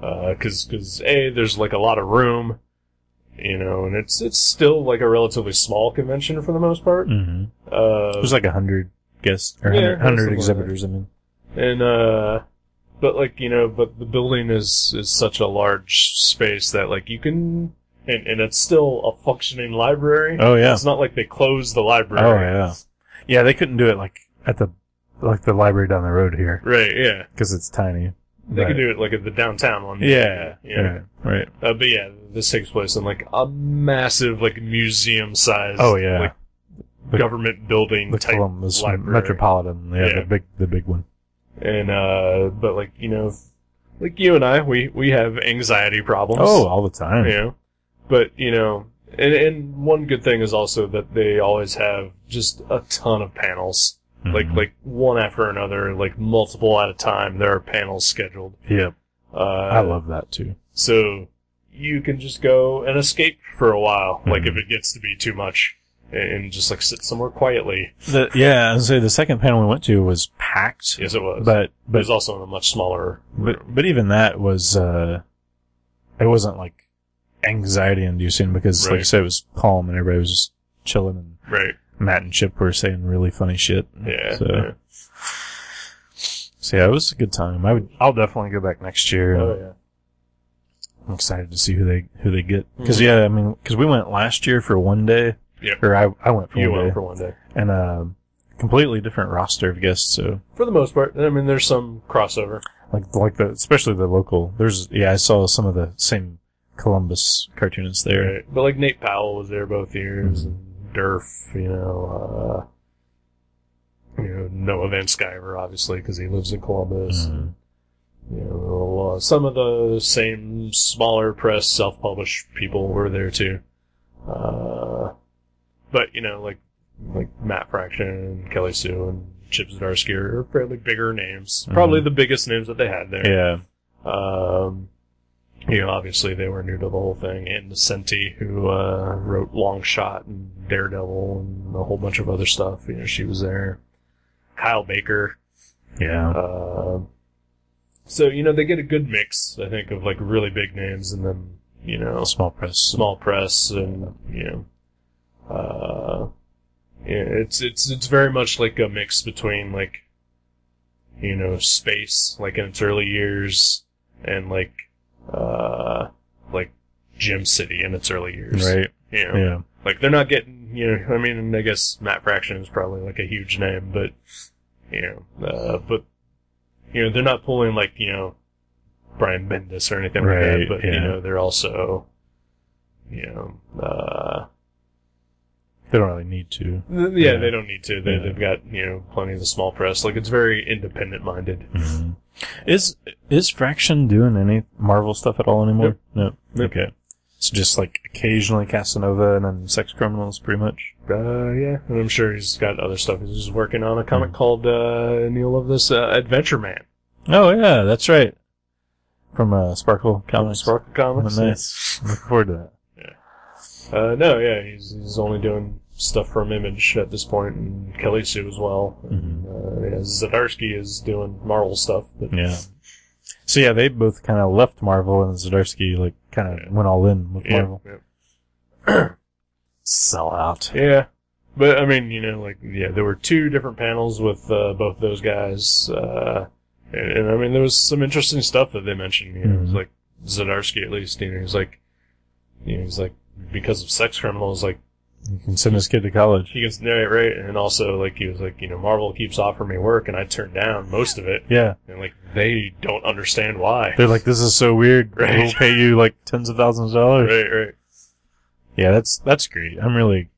S1: because because uh, a there's like a lot of room, you know, and it's it's still like a relatively small convention for the most part.
S2: Mm-hmm.
S1: Uh,
S2: There's like a hundred guests, or
S1: Yeah,
S2: hundred hundred
S1: something like
S2: exhibitors, I mean.
S1: and uh, but like you know, but the building is is such a large space that like you can, and and it's still a functioning library.
S2: Oh, yeah.
S1: It's not like they closed the library.
S2: Oh, yeah. Yeah, they couldn't do it like at the, like the library down the road here,
S1: Right, yeah.
S2: because it's tiny.
S1: They
S2: But-
S1: could do it like at the downtown one.
S2: Yeah,
S1: Yeah.
S2: yeah, right.
S1: Uh, but yeah, this takes place in like a massive, like museum size.
S2: Oh yeah,
S1: Like
S2: The-
S1: government building
S2: the
S1: type
S2: Columbus
S1: library.
S2: Metropolitan. Yeah,
S1: Yeah.
S2: the big, the big one.
S1: and uh but like you know like you and i we we have anxiety problems
S2: Oh, all the time.
S1: you know but you know and and one good thing is also that they always have just a ton of panels like
S2: Mhm.
S1: like one after another like multiple at a time there are panels scheduled
S2: yeah,
S1: uh
S2: I love that too.
S1: so you can just go and escape for a while like
S2: Mhm.
S1: if it gets to be too much and and just like sit somewhere quietly
S2: The, yeah, I'd say the second panel we went to was packed,
S1: yes it was
S2: but
S1: it
S2: but
S1: was also in a much smaller
S2: but but even that was uh, it wasn't like anxiety inducing because like I
S1: Right.
S2: said, it was calm and everybody was just chilling and
S1: right
S2: Matt and Chip were saying really funny shit.
S1: yeah,
S2: So,
S1: yeah.
S2: so yeah, it was a good time. I would, I'll definitely go back next year.
S1: oh yeah
S2: I'm excited to see who they who they get because
S1: Mhm.
S2: yeah, I mean because we went last year for one day,
S1: Yep.
S2: or I I went for
S1: you
S2: one
S1: went
S2: day
S1: for one day
S2: and um completely different roster of guests. So
S1: for the most part. I mean, there's some crossover.
S2: like like the especially the local there's yeah I saw some of the same Columbus cartoonists there.
S1: Right? But like Nate Powell was there both years,
S2: Hmm.
S1: and Durf, you know, uh, you know Noah Van Sciver, obviously, because he lives in Columbus.
S2: Mhm.
S1: You know, uh, some of the same smaller press, self-published people were there too. Uh, but you know, like like Matt Fraction, Kelly Sue, and Chip Zdarsky are fairly bigger names. Probably
S2: Mhm.
S1: the biggest names that they had there.
S2: Yeah,
S1: Um, you know, obviously they were new to the whole thing, and Senti, who uh, wrote Long Shot and Daredevil and a whole bunch of other stuff. You know, she was there. Kyle Baker.
S2: yeah,
S1: Um so you know, they get a good mix, I think, of like really big names and then you know
S2: small press,
S1: small press and you know. Uh, yeah, it's it's it's very much like a mix between like you know space like in its early years and like uh like Gym City in its early years,
S2: right?
S1: You know,
S2: Yeah,
S1: like they're not getting you know. I mean, I guess Matt Fraction is probably like a huge name, but you know, uh, but you know they're not pulling like you know Brian Bendis or anything
S2: Right,
S1: like that. But
S2: yeah.
S1: you know they're also you know uh,
S2: they don't really need to.
S1: th- yeah,
S2: Yeah.
S1: they don't need to. They,
S2: Yeah.
S1: They've got you know plenty of the small press. Like it's very independent minded.
S2: Mhm. Is is Fraction doing any Marvel stuff at all anymore? No.
S1: Nope.
S2: Okay. So just like occasionally Casanova and then Sex Criminals, pretty much.
S1: Uh, yeah, and I'm sure he's got other stuff. He's working on a comic
S2: Hmm.
S1: called uh, Neil of this uh, Adventure Man.
S2: Oh yeah, that's right. From uh, Sparkle Comics.
S1: Sparkle Comics.
S2: Oh,
S1: yeah.
S2: nice. Looking forward to that.
S1: Uh, no, yeah, he's, he's only doing stuff from Image at this point, and Kelly Sue as well.
S2: Mm-hmm.
S1: And, uh, yeah, Zadarsky is doing Marvel stuff, but
S2: Yeah. So yeah, they both kind of left Marvel, and Zdarsky like kind of went all in with
S1: yeah,
S2: Marvel.
S1: yeah,
S2: Sell out.
S1: Yeah. But I mean, you know, like yeah, there were two different panels with uh, both those guys, uh, and, and I mean, there was some interesting stuff that they mentioned. You know, it was
S2: Mhm.
S1: like Zadarsky at least, you know, he's like, you know, he's like because of sex criminals, like.
S2: You can send this kid to college.
S1: He goes, right, right, and also like he was like, you know, Marvel keeps offering me work, and I turn down most of it.
S2: Yeah,
S1: and like they don't understand why.
S2: they're like, this is so weird.
S1: Right.
S2: We'll pay you like tens of thousands of dollars.
S1: right, right.
S2: Yeah, that's that's great. I'm really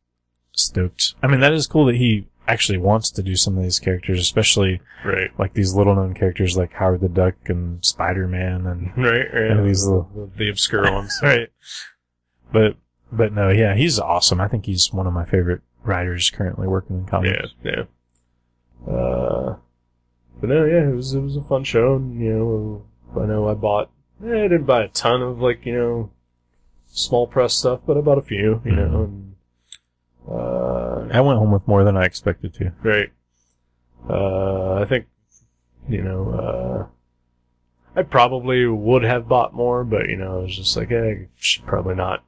S2: stoked. I mean, that is cool that he actually wants to do some of these characters, especially
S1: Right.
S2: like these little known characters like Howard the Duck and Spider Man and
S1: Right. Right.
S2: and these little
S1: the, the obscure ones.
S2: right. But but no, yeah, he's awesome. I think he's one of my favorite writers currently working in
S1: yeah.
S2: comics.
S1: Yeah. Uh, but no, yeah, it was it was a fun show. And, you know, I know I bought. eh, I didn't buy a ton of like you know, small press stuff, but I bought a few. You know, and uh,
S2: I went home with more than I expected to.
S1: Right. Uh, I think, you know, uh, I probably would have bought more, but, you know, I was just like, eh, I should probably not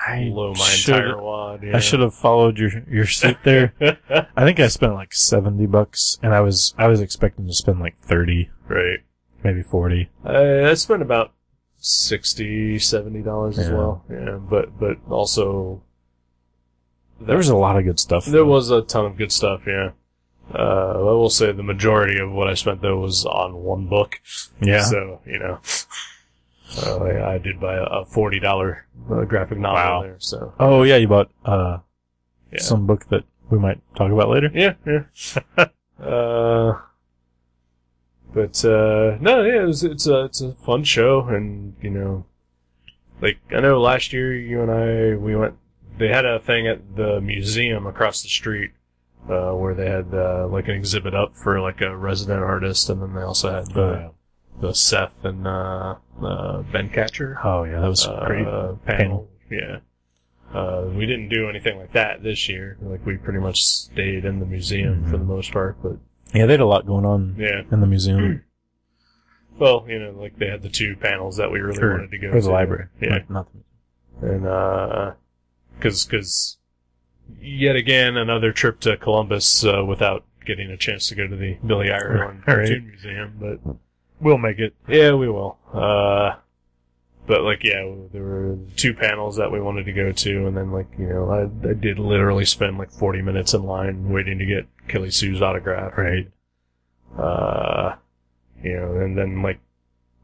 S2: I
S1: blow my
S2: should-
S1: entire wad.
S2: I should have followed your your suit there.
S1: have.
S2: I think I spent like seventy bucks, and I was I was expecting to spend like thirty,
S1: right.
S2: maybe forty.
S1: I, I spent about 60 dollars as
S2: Yeah.
S1: well. Yeah, but, but also,
S2: There was a lot of good stuff.
S1: there was a ton of good stuff, yeah. Uh, I will say the majority of what I spent though was on one book.
S2: yeah.
S1: So you know, uh, I, I did buy a, a forty dollar uh, graphic novel
S2: Wow.
S1: there. So
S2: Oh yeah, you bought uh
S1: Yeah.
S2: some book that we might talk about later.
S1: yeah, yeah. uh, but uh, no, yeah, it was, it's a it's a fun show, and you know, like I know last year you and I we went. They had a thing at the museum across the street. Uh, where they had uh, like an exhibit up for like a resident artist, and then they also had the
S2: Uh,
S1: the Seth and uh, uh, Ben Catcher.
S2: oh yeah, that was
S1: uh,
S2: great.
S1: panel.
S2: panel.
S1: Yeah. Uh, we didn't do anything like that this year. Like we pretty much stayed in the museum for the
S2: Mm-hmm.
S1: most part, but
S2: Yeah, they had a lot going on
S1: yeah.
S2: in the museum
S1: Well, you know, like they had the two panels that we really
S2: Or-
S1: wanted to go
S2: or the
S1: to.
S2: library.
S1: Yeah.
S2: Not- not the-
S1: And, uh, cause, cause yet again, another trip to Columbus, uh, without getting a chance to go to the Billy Ireland
S2: Right.
S1: Cartoon Museum, but
S2: we'll make it.
S1: Yeah, we will. Uh, but like, yeah, there were two panels that we wanted to go to, and then like, you know, I, I did literally spend like 40 minutes in line waiting to get Kelly Sue's autograph.
S2: Right.
S1: Uh, you know, and then like,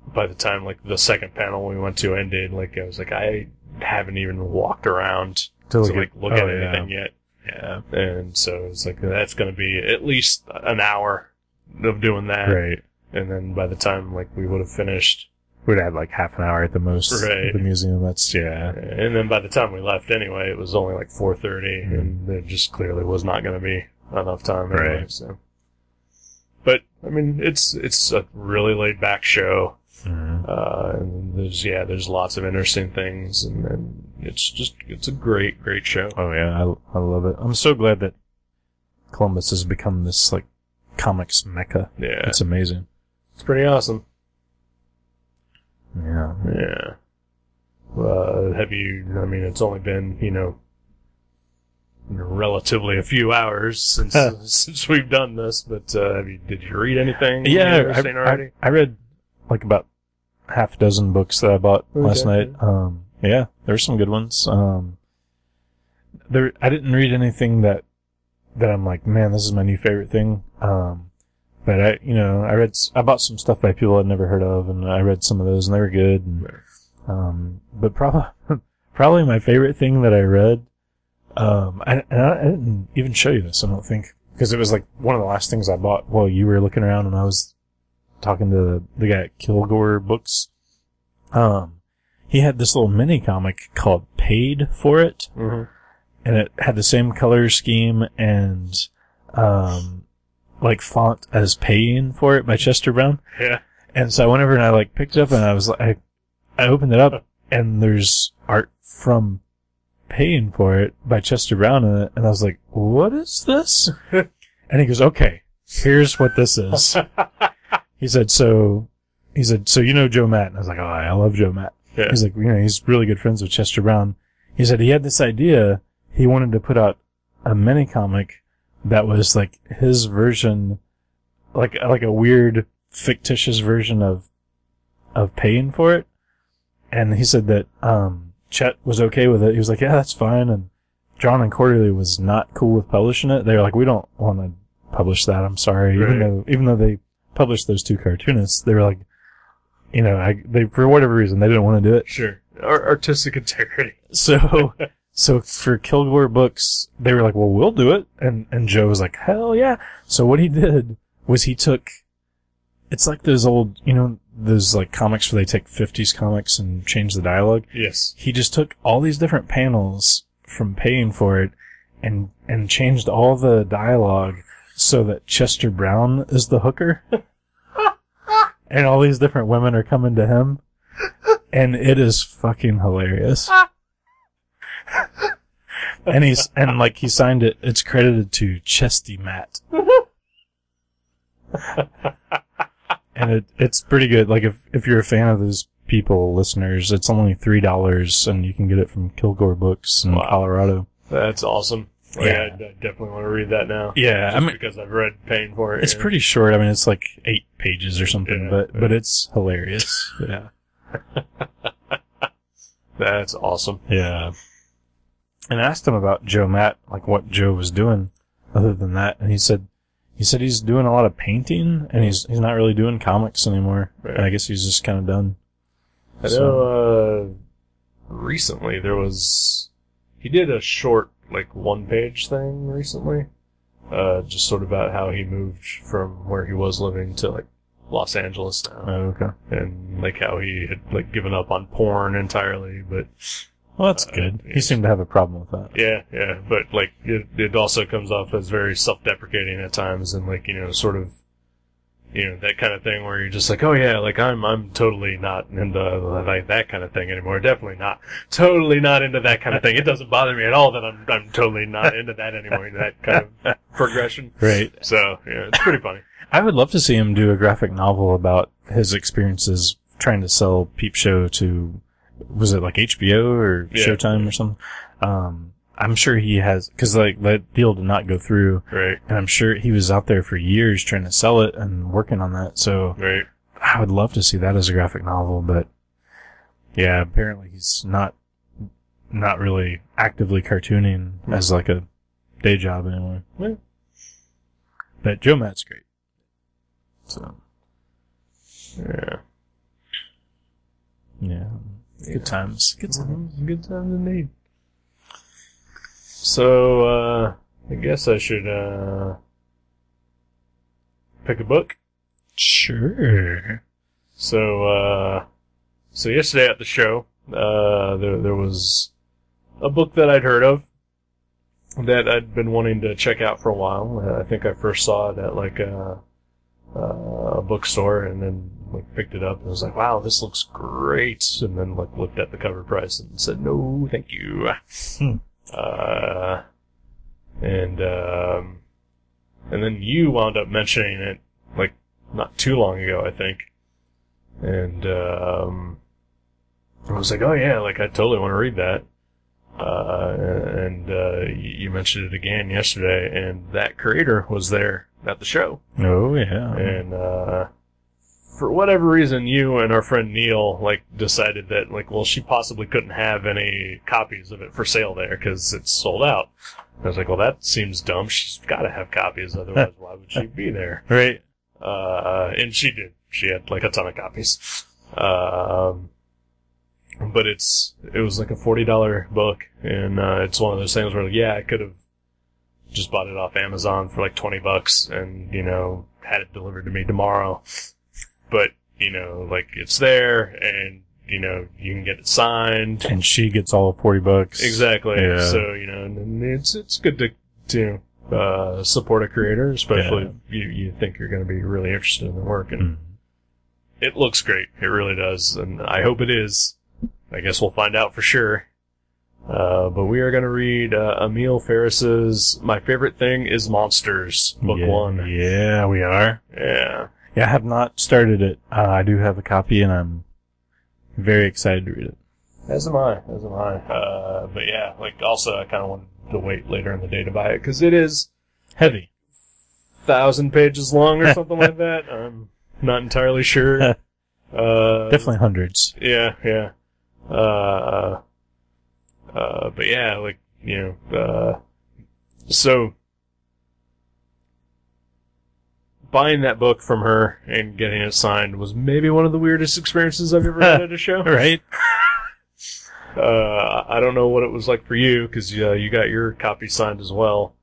S1: by the time like the second panel we went to ended, like I was like, I haven't even walked around
S2: To
S1: to like look
S2: oh,
S1: at
S2: yeah.
S1: anything yet.
S2: Yeah.
S1: And so it's like, that's gonna be at least an hour of doing that.
S2: Right.
S1: And then by the time like we would have finished,
S2: We'd have like half an hour at the most. at
S1: Right.
S2: The museum. That's yeah.
S1: And then by the time we left anyway, it was only like 4.30
S2: Hmm.
S1: and there just clearly was not going to be enough time anyway,
S2: Right.
S1: so. But, I mean, it's, it's a really laid back show.
S2: Mhm.
S1: Uh, and there's, yeah, there's lots of interesting things and, and it's just, it's a great, great show.
S2: Oh yeah, I, I love it. I'm so glad that Columbus has become this like comics mecca.
S1: Yeah. It's,
S2: It's amazing.
S1: pretty awesome.
S2: Yeah.
S1: Yeah. Uh, have you, I mean, it's only been, you know, relatively a few hours since since we've done this, but uh, have you, did you read anything?
S2: Yeah, I,
S1: interesting already?
S2: I, I read like about half a dozen books that I bought
S1: Okay.
S2: last night. Um, yeah, there were some good ones. Um, there, I didn't read anything that that I'm like, man, this is my new favorite thing. Um, but I, you know, I read, s- I bought some stuff by people I'd never heard of, and I read some of those, and they were good. And,
S1: Right.
S2: um, but probably probably my favorite thing that I read. Um, I, and I, I didn't even show you this. I don't think because it was like one of the last things I bought while you were looking around, and I was talking to the, the guy at Kilgore Books. Um, he had this little mini comic called Paid for It,
S1: Mm-hmm.
S2: and it had the same color scheme and, um, like font as Paying for It by Chester Brown.
S1: Yeah.
S2: And so I went over and I like picked it up and I was like, I, I opened it up and there's art from Paying for It by Chester Brown in it. And I was like, what is this? and he goes, okay, here's what this is. he said, so, he said, so you know Joe Matt? And I was like, oh, I love Joe Matt.
S1: Yeah.
S2: He's like, you know, he's really good friends with Chester Brown. He said he had this idea. He wanted to put out a mini comic that was like his version, like, like a weird fictitious version of, of paying for it. And he said that, um, Chet was okay with it. He was like, yeah, that's fine. And John and Quarterly was not cool with publishing it. They were like, we don't want to publish that. I'm sorry. Even
S1: Right.
S2: though, even though they published those two cartoonists, they were like, you know, I, they, for whatever reason, they didn't want to do it.
S1: Sure. Ar- artistic integrity.
S2: So, So for Kilgore Books, they were like, "Well, we'll do it," and and Joe was like, "Hell yeah!" So what he did was he took, it's like those old, you know, those like comics where they take '50s comics and change the dialogue.
S1: Yes.
S2: He just took all these different panels from paying for it, and and changed all the dialogue so that Chester Brown is the hooker, and all these different women are coming to him, and it is fucking hilarious and he's and like he signed it. It's credited to Chesty Matt, and it it's pretty good. Like if if you're a fan of those people, listeners, it's only three dollars, and you can get it from Kilgore Books in
S1: Wow.
S2: Colorado.
S1: That's awesome. Like,
S2: Yeah.
S1: I, I definitely want to read that now.
S2: Yeah,
S1: Just
S2: I mean-
S1: because I've read Pain for it.
S2: It's
S1: yeah.
S2: pretty short. I mean, it's like eight pages or something,
S1: Yeah.
S2: but but it's hilarious. Yeah,
S1: That's awesome.
S2: yeah. And I asked him about Joe Matt, like what Joe was doing, other than that, and he said. He said he's doing a lot of painting, and he's he's not really doing comics anymore.
S1: Right.
S2: And I guess he's just kind of done.
S1: I
S2: So-
S1: know, uh, recently there was, he did a short, like, one page thing recently. Uh, just sort of about how he moved from where he was living to, like, Los Angeles now.
S2: okay.
S1: And, like, how he had, like, given up on porn entirely, but,
S2: Well, that's
S1: Uh,
S2: good.
S1: yeah.
S2: He seemed to have a problem with that.
S1: yeah, yeah, but, like, it, it also comes off as very self-deprecating at times and, like, you know, sort of, you know, that kind of thing where you're just like, oh yeah, like I'm, I'm totally not into like that kind of thing anymore. Definitely not, totally not into that kind of thing. It doesn't bother me at all that I'm, I'm totally not into that anymore. That kind of progression.
S2: Right.
S1: So yeah, it's pretty funny.
S2: I would love to see him do a graphic novel about his experiences trying to sell Peep Show to, was it like HBO or
S1: Yeah.
S2: Showtime or something? Um, I'm sure he has, cause like that deal did not go through
S1: Right,
S2: and I'm sure he was out there for years trying to sell it and working on that. So
S1: right.
S2: I would love to see that as a graphic novel, but yeah, apparently he's not, not really actively cartooning as like a day job anymore.
S1: Yeah.
S2: But Joe Matt's great. So
S1: Yeah.
S2: yeah, good times. Good times.
S1: Mhm, Good times indeed. So, uh, I guess I should, uh, pick a book.
S2: Sure.
S1: So, uh, so yesterday at the show, uh, there, there was a book that I'd heard of that I'd been wanting to check out for a while. Uh, I think I first saw it at like a, a bookstore and then like picked it up and was like, wow, this looks great. And then like looked at the cover price and said, no, thank you.
S2: Hmm.
S1: Uh, and, um, and then you wound up mentioning it like not too long ago, I think. And um, I was like, oh yeah, like I totally want to read that. Uh, and uh, y- you mentioned it again yesterday, and that creator was there at the show.
S2: Oh yeah.
S1: And uh, for whatever reason, you and our friend Neil like decided that like, well, she possibly couldn't have any copies of it for sale there because it's sold out. I was like, well, that seems dumb. She's got to have copies, otherwise, why would she be there?
S2: Right.
S1: Uh, and she did. She had like a ton of copies. Um, but it's it was like a forty dollar book, and uh, it's one of those things where yeah, I could have just bought it off Amazon for like twenty bucks, and you know had it delivered to me tomorrow. But you know, like it's there, and you know you can get it signed.
S2: And she gets all forty bucks.
S1: Exactly.
S2: Yeah.
S1: So you know, and- and it's it's good to to uh, support a creator, especially if you you think you're going to be really interested in the work, and
S2: Mm.
S1: it looks great. It really does, and I hope it is. I guess we'll find out for sure. Uh, but we are going to read uh, Emil Ferris's "My Favorite Thing Is Monsters" book
S2: yeah,
S1: one.
S2: Yeah, we are.
S1: Yeah,
S2: Yeah, I have not started it. Uh, I do have a copy, and I'm very excited to read it.
S1: as am I. As am I. Uh, but yeah, like also, I kind of wanted to wait later in the day to buy it because it is
S2: Heavy.
S1: thousand pages long or something like that. I'm not entirely sure. Uh,
S2: Definitely hundreds.
S1: Yeah, yeah. Uh, uh, but yeah, like, you know, uh, so buying that book from her and getting it signed was maybe one of the weirdest experiences I've ever had at a show.
S2: Right.
S1: Uh, I don't know what it was like for you because uh, you got your copy signed as well.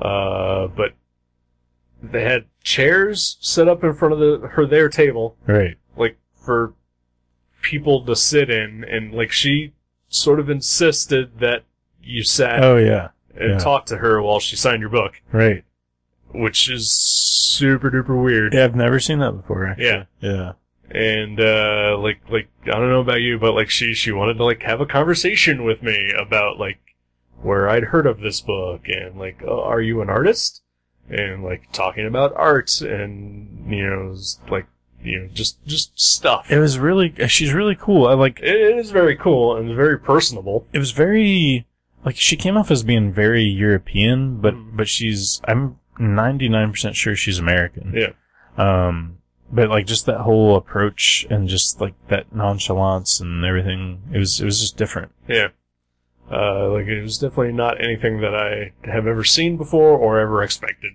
S1: Uh, but they had chairs set up in front of the her their table,
S2: Right.
S1: like for people to sit in, and like she sort of insisted that you sat
S2: Oh yeah.
S1: and
S2: yeah.
S1: talked to her while she signed your book,
S2: Right.
S1: which is super duper weird.
S2: Yeah, I've never seen that before. Actually.
S1: Yeah.
S2: Yeah.
S1: and uh like like I don't know about you, but like she she wanted to like have a conversation with me about like where I'd heard of this book and like oh, are you an artist and like talking about art and you know s- like you know just just stuff.
S2: It was really. She's really cool. I like.
S1: It- it is very cool and very personable.
S2: It was very. Like she came off as being very European, but
S1: Mhm.
S2: but she's. I'm 99% sure she's American.
S1: Yeah.
S2: Um. But like just that whole approach and just like that nonchalance and everything. It was it was just different.
S1: Yeah. Uh, like it was definitely not anything that I have ever seen before or ever expected.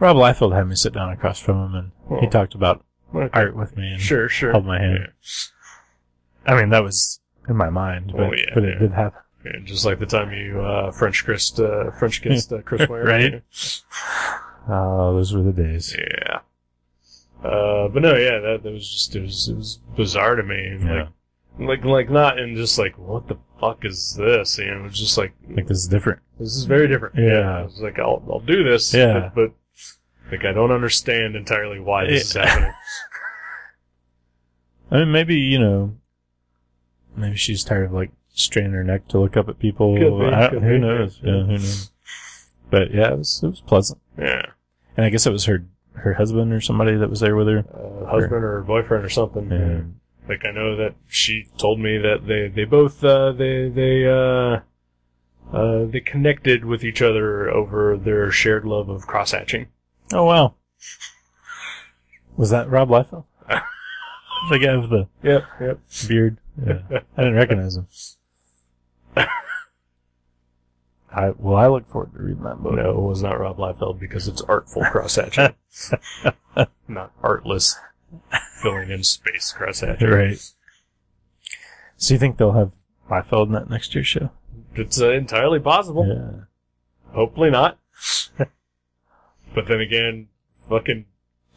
S2: Rob Liefeld had me sit down across from him and he
S1: Oh.
S2: talked about
S1: Okay.
S2: art with me. And
S1: Sure, sure.
S2: Held my hand.
S1: Yeah.
S2: I mean, that was in my mind, but,
S1: Oh, yeah,
S2: but it
S1: yeah.
S2: did happen.
S1: Yeah, just like the time you uh, French kissed uh, French kissed uh, Chris Ware,
S2: Right. Oh, those were the days.
S1: Yeah. Uh, but no, yeah, that, that was just it was it was bizarre to me, and
S2: Yeah.
S1: like like like not and just like what the fuck is this? You know, it was just like
S2: Like this is different.
S1: this is very different.
S2: Yeah.
S1: I was like I'll I'll do this.
S2: Yeah.
S1: but, but like I don't understand entirely why this
S2: Yeah.
S1: is happening.
S2: I mean, maybe, you know, maybe she's tired of like straining her neck to look up at people.
S1: Could be,
S2: I-
S1: could
S2: who
S1: be,
S2: knows?
S1: yeah.
S2: Yeah, who knows? But yeah, it was, it was pleasant.
S1: yeah,
S2: And I guess it was her, her husband or somebody that was there with her.
S1: uh, husband or boyfriend or something.
S2: And
S1: Like I know that she told me that they they both uh, they they uh, uh, they connected with each other over their shared love of cross hatching.
S2: oh wow. Was that Rob Liefeld? the guy with the
S1: Yep, yep.
S2: beard. Yeah. I didn't recognize him. I, well, I look forward to reading that book.
S1: No, it was not Rob Liefeld because it's artful cross hatching, not artless filling in space cross hatching.
S2: Right. So you think they'll have Liefeld in that next year's show?
S1: It's uh, entirely possible.
S2: yeah.
S1: Hopefully not. but then again, fucking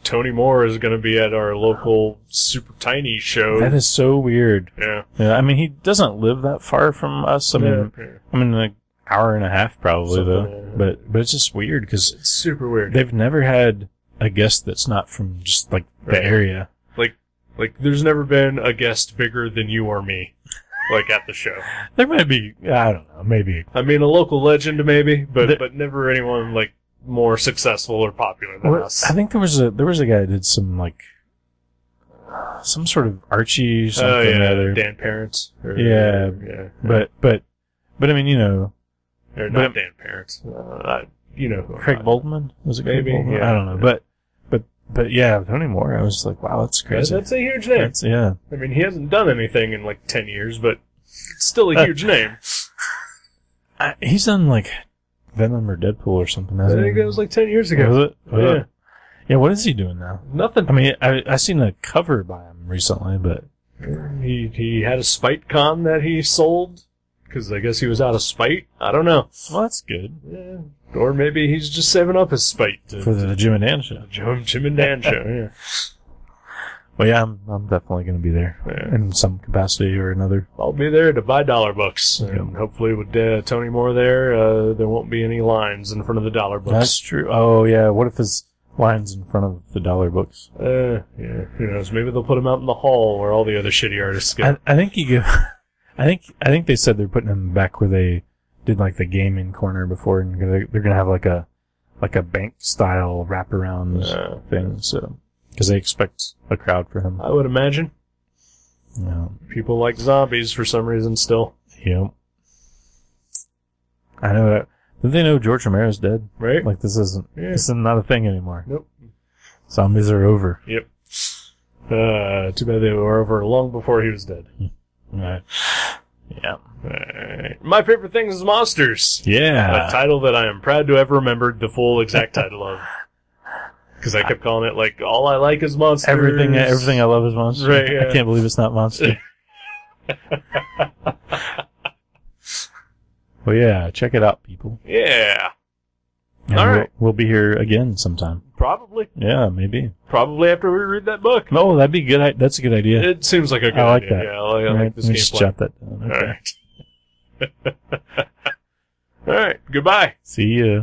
S1: Tony Moore is going to be at our local super tiny show.
S2: That is so weird.
S1: yeah.
S2: Yeah, I mean, he doesn't live that far from us. I mean,
S1: Yeah.
S2: I mean, like hour and a half probably
S1: Something,
S2: though.
S1: yeah.
S2: But but it's just weird because
S1: It's super weird.
S2: they've never had a guest that's not from just like the
S1: Right.
S2: area.
S1: Like, there's never been a guest bigger than you or me, like at the show.
S2: There might be I don't know maybe
S1: I mean, a local legend maybe, but
S2: The-
S1: but never anyone like more successful or popular than
S2: What-
S1: us.
S2: I think there was a there was a guy that did some like some sort of Archie something
S1: Oh
S2: or
S1: yeah,
S2: other.
S1: Dan Parents. Or,
S2: Yeah,
S1: yeah,
S2: But but but I mean you know
S1: or
S2: but-
S1: not Dan Parents. Uh, I, you know, who I'm
S2: Craig
S1: talking
S2: Boldman was it Craig
S1: Maybe,
S2: Boldman?
S1: yeah.
S2: I don't know but but but yeah Tony Moore I was just like wow that's
S1: about.
S2: crazy
S1: That's a huge name.
S2: That's- yeah
S1: I mean, he hasn't done anything in like ten years, but it's still a huge name.
S2: I, he's done like Venom or Deadpool or something
S1: I
S2: hasn't
S1: think
S2: he?
S1: that was like ten years
S2: Was
S1: ago.
S2: it Was
S1: Yeah.
S2: it? yeah what is he doing now
S1: Nothing.
S2: I mean I I seen a cover by him recently but
S1: He he had a spite con that he sold because I guess he was out of spite. I don't know.
S2: well that's good
S1: Yeah. Or maybe he's just saving up his spite to
S2: for the Jim and Dan show
S1: Jim, Jim and Dan show.
S2: well yeah I'm I'm definitely gonna be there
S1: Yeah. yeah.
S2: in some capacity or another.
S1: I'll be there to buy dollar books, and
S2: Yeah.
S1: hopefully with uh, Tony Moore there, uh, there won't be any lines in front of the dollar
S2: That's
S1: books.
S2: true. Oh yeah. What if his lines in front of the dollar books?
S1: Uh, yeah, who knows? Maybe they'll put them out in the hall where all the other shitty artists go.
S2: I, I think you go. I think I think they said they're putting him back where they did like the gaming corner before, and they're, they're gonna have like a like a bank style wraparound
S1: Uh,
S2: thing. So because they expect a crowd for him.
S1: I would imagine
S2: Yeah.
S1: people like zombies for some reason still,
S2: Yep. I know that. Did they know George Romero's dead?
S1: right?
S2: Like this isn't
S1: Yeah.
S2: this is not a thing anymore.
S1: Nope.
S2: Zombies are over.
S1: Yep. Uh, too bad they were over long before he was dead.
S2: Right. Yeah.
S1: Alright. My favorite thing is monsters.
S2: Yeah.
S1: a title that I am proud to have remembered the full exact title of. Because I kept calling it like all I like is monsters.
S2: Everything, everything I love is monster.
S1: Right, yeah.
S2: I can't believe it's not monster. Well, yeah, check it out, people.
S5: Yeah.
S2: And
S5: All
S2: we'll-
S5: right.
S2: We'll, be here again sometime.
S5: Probably.
S2: Yeah, maybe.
S5: Probably after we read that book.
S2: No, that'd be good. I- That's a good idea.
S5: It seems like a good
S2: I like
S5: idea.
S2: that.
S5: Yeah, I like, I
S2: All
S5: like
S2: right,
S5: this
S2: let me just
S5: gameplay.
S2: jot that down. Okay.
S5: Alright. Alright, goodbye.
S2: See ya.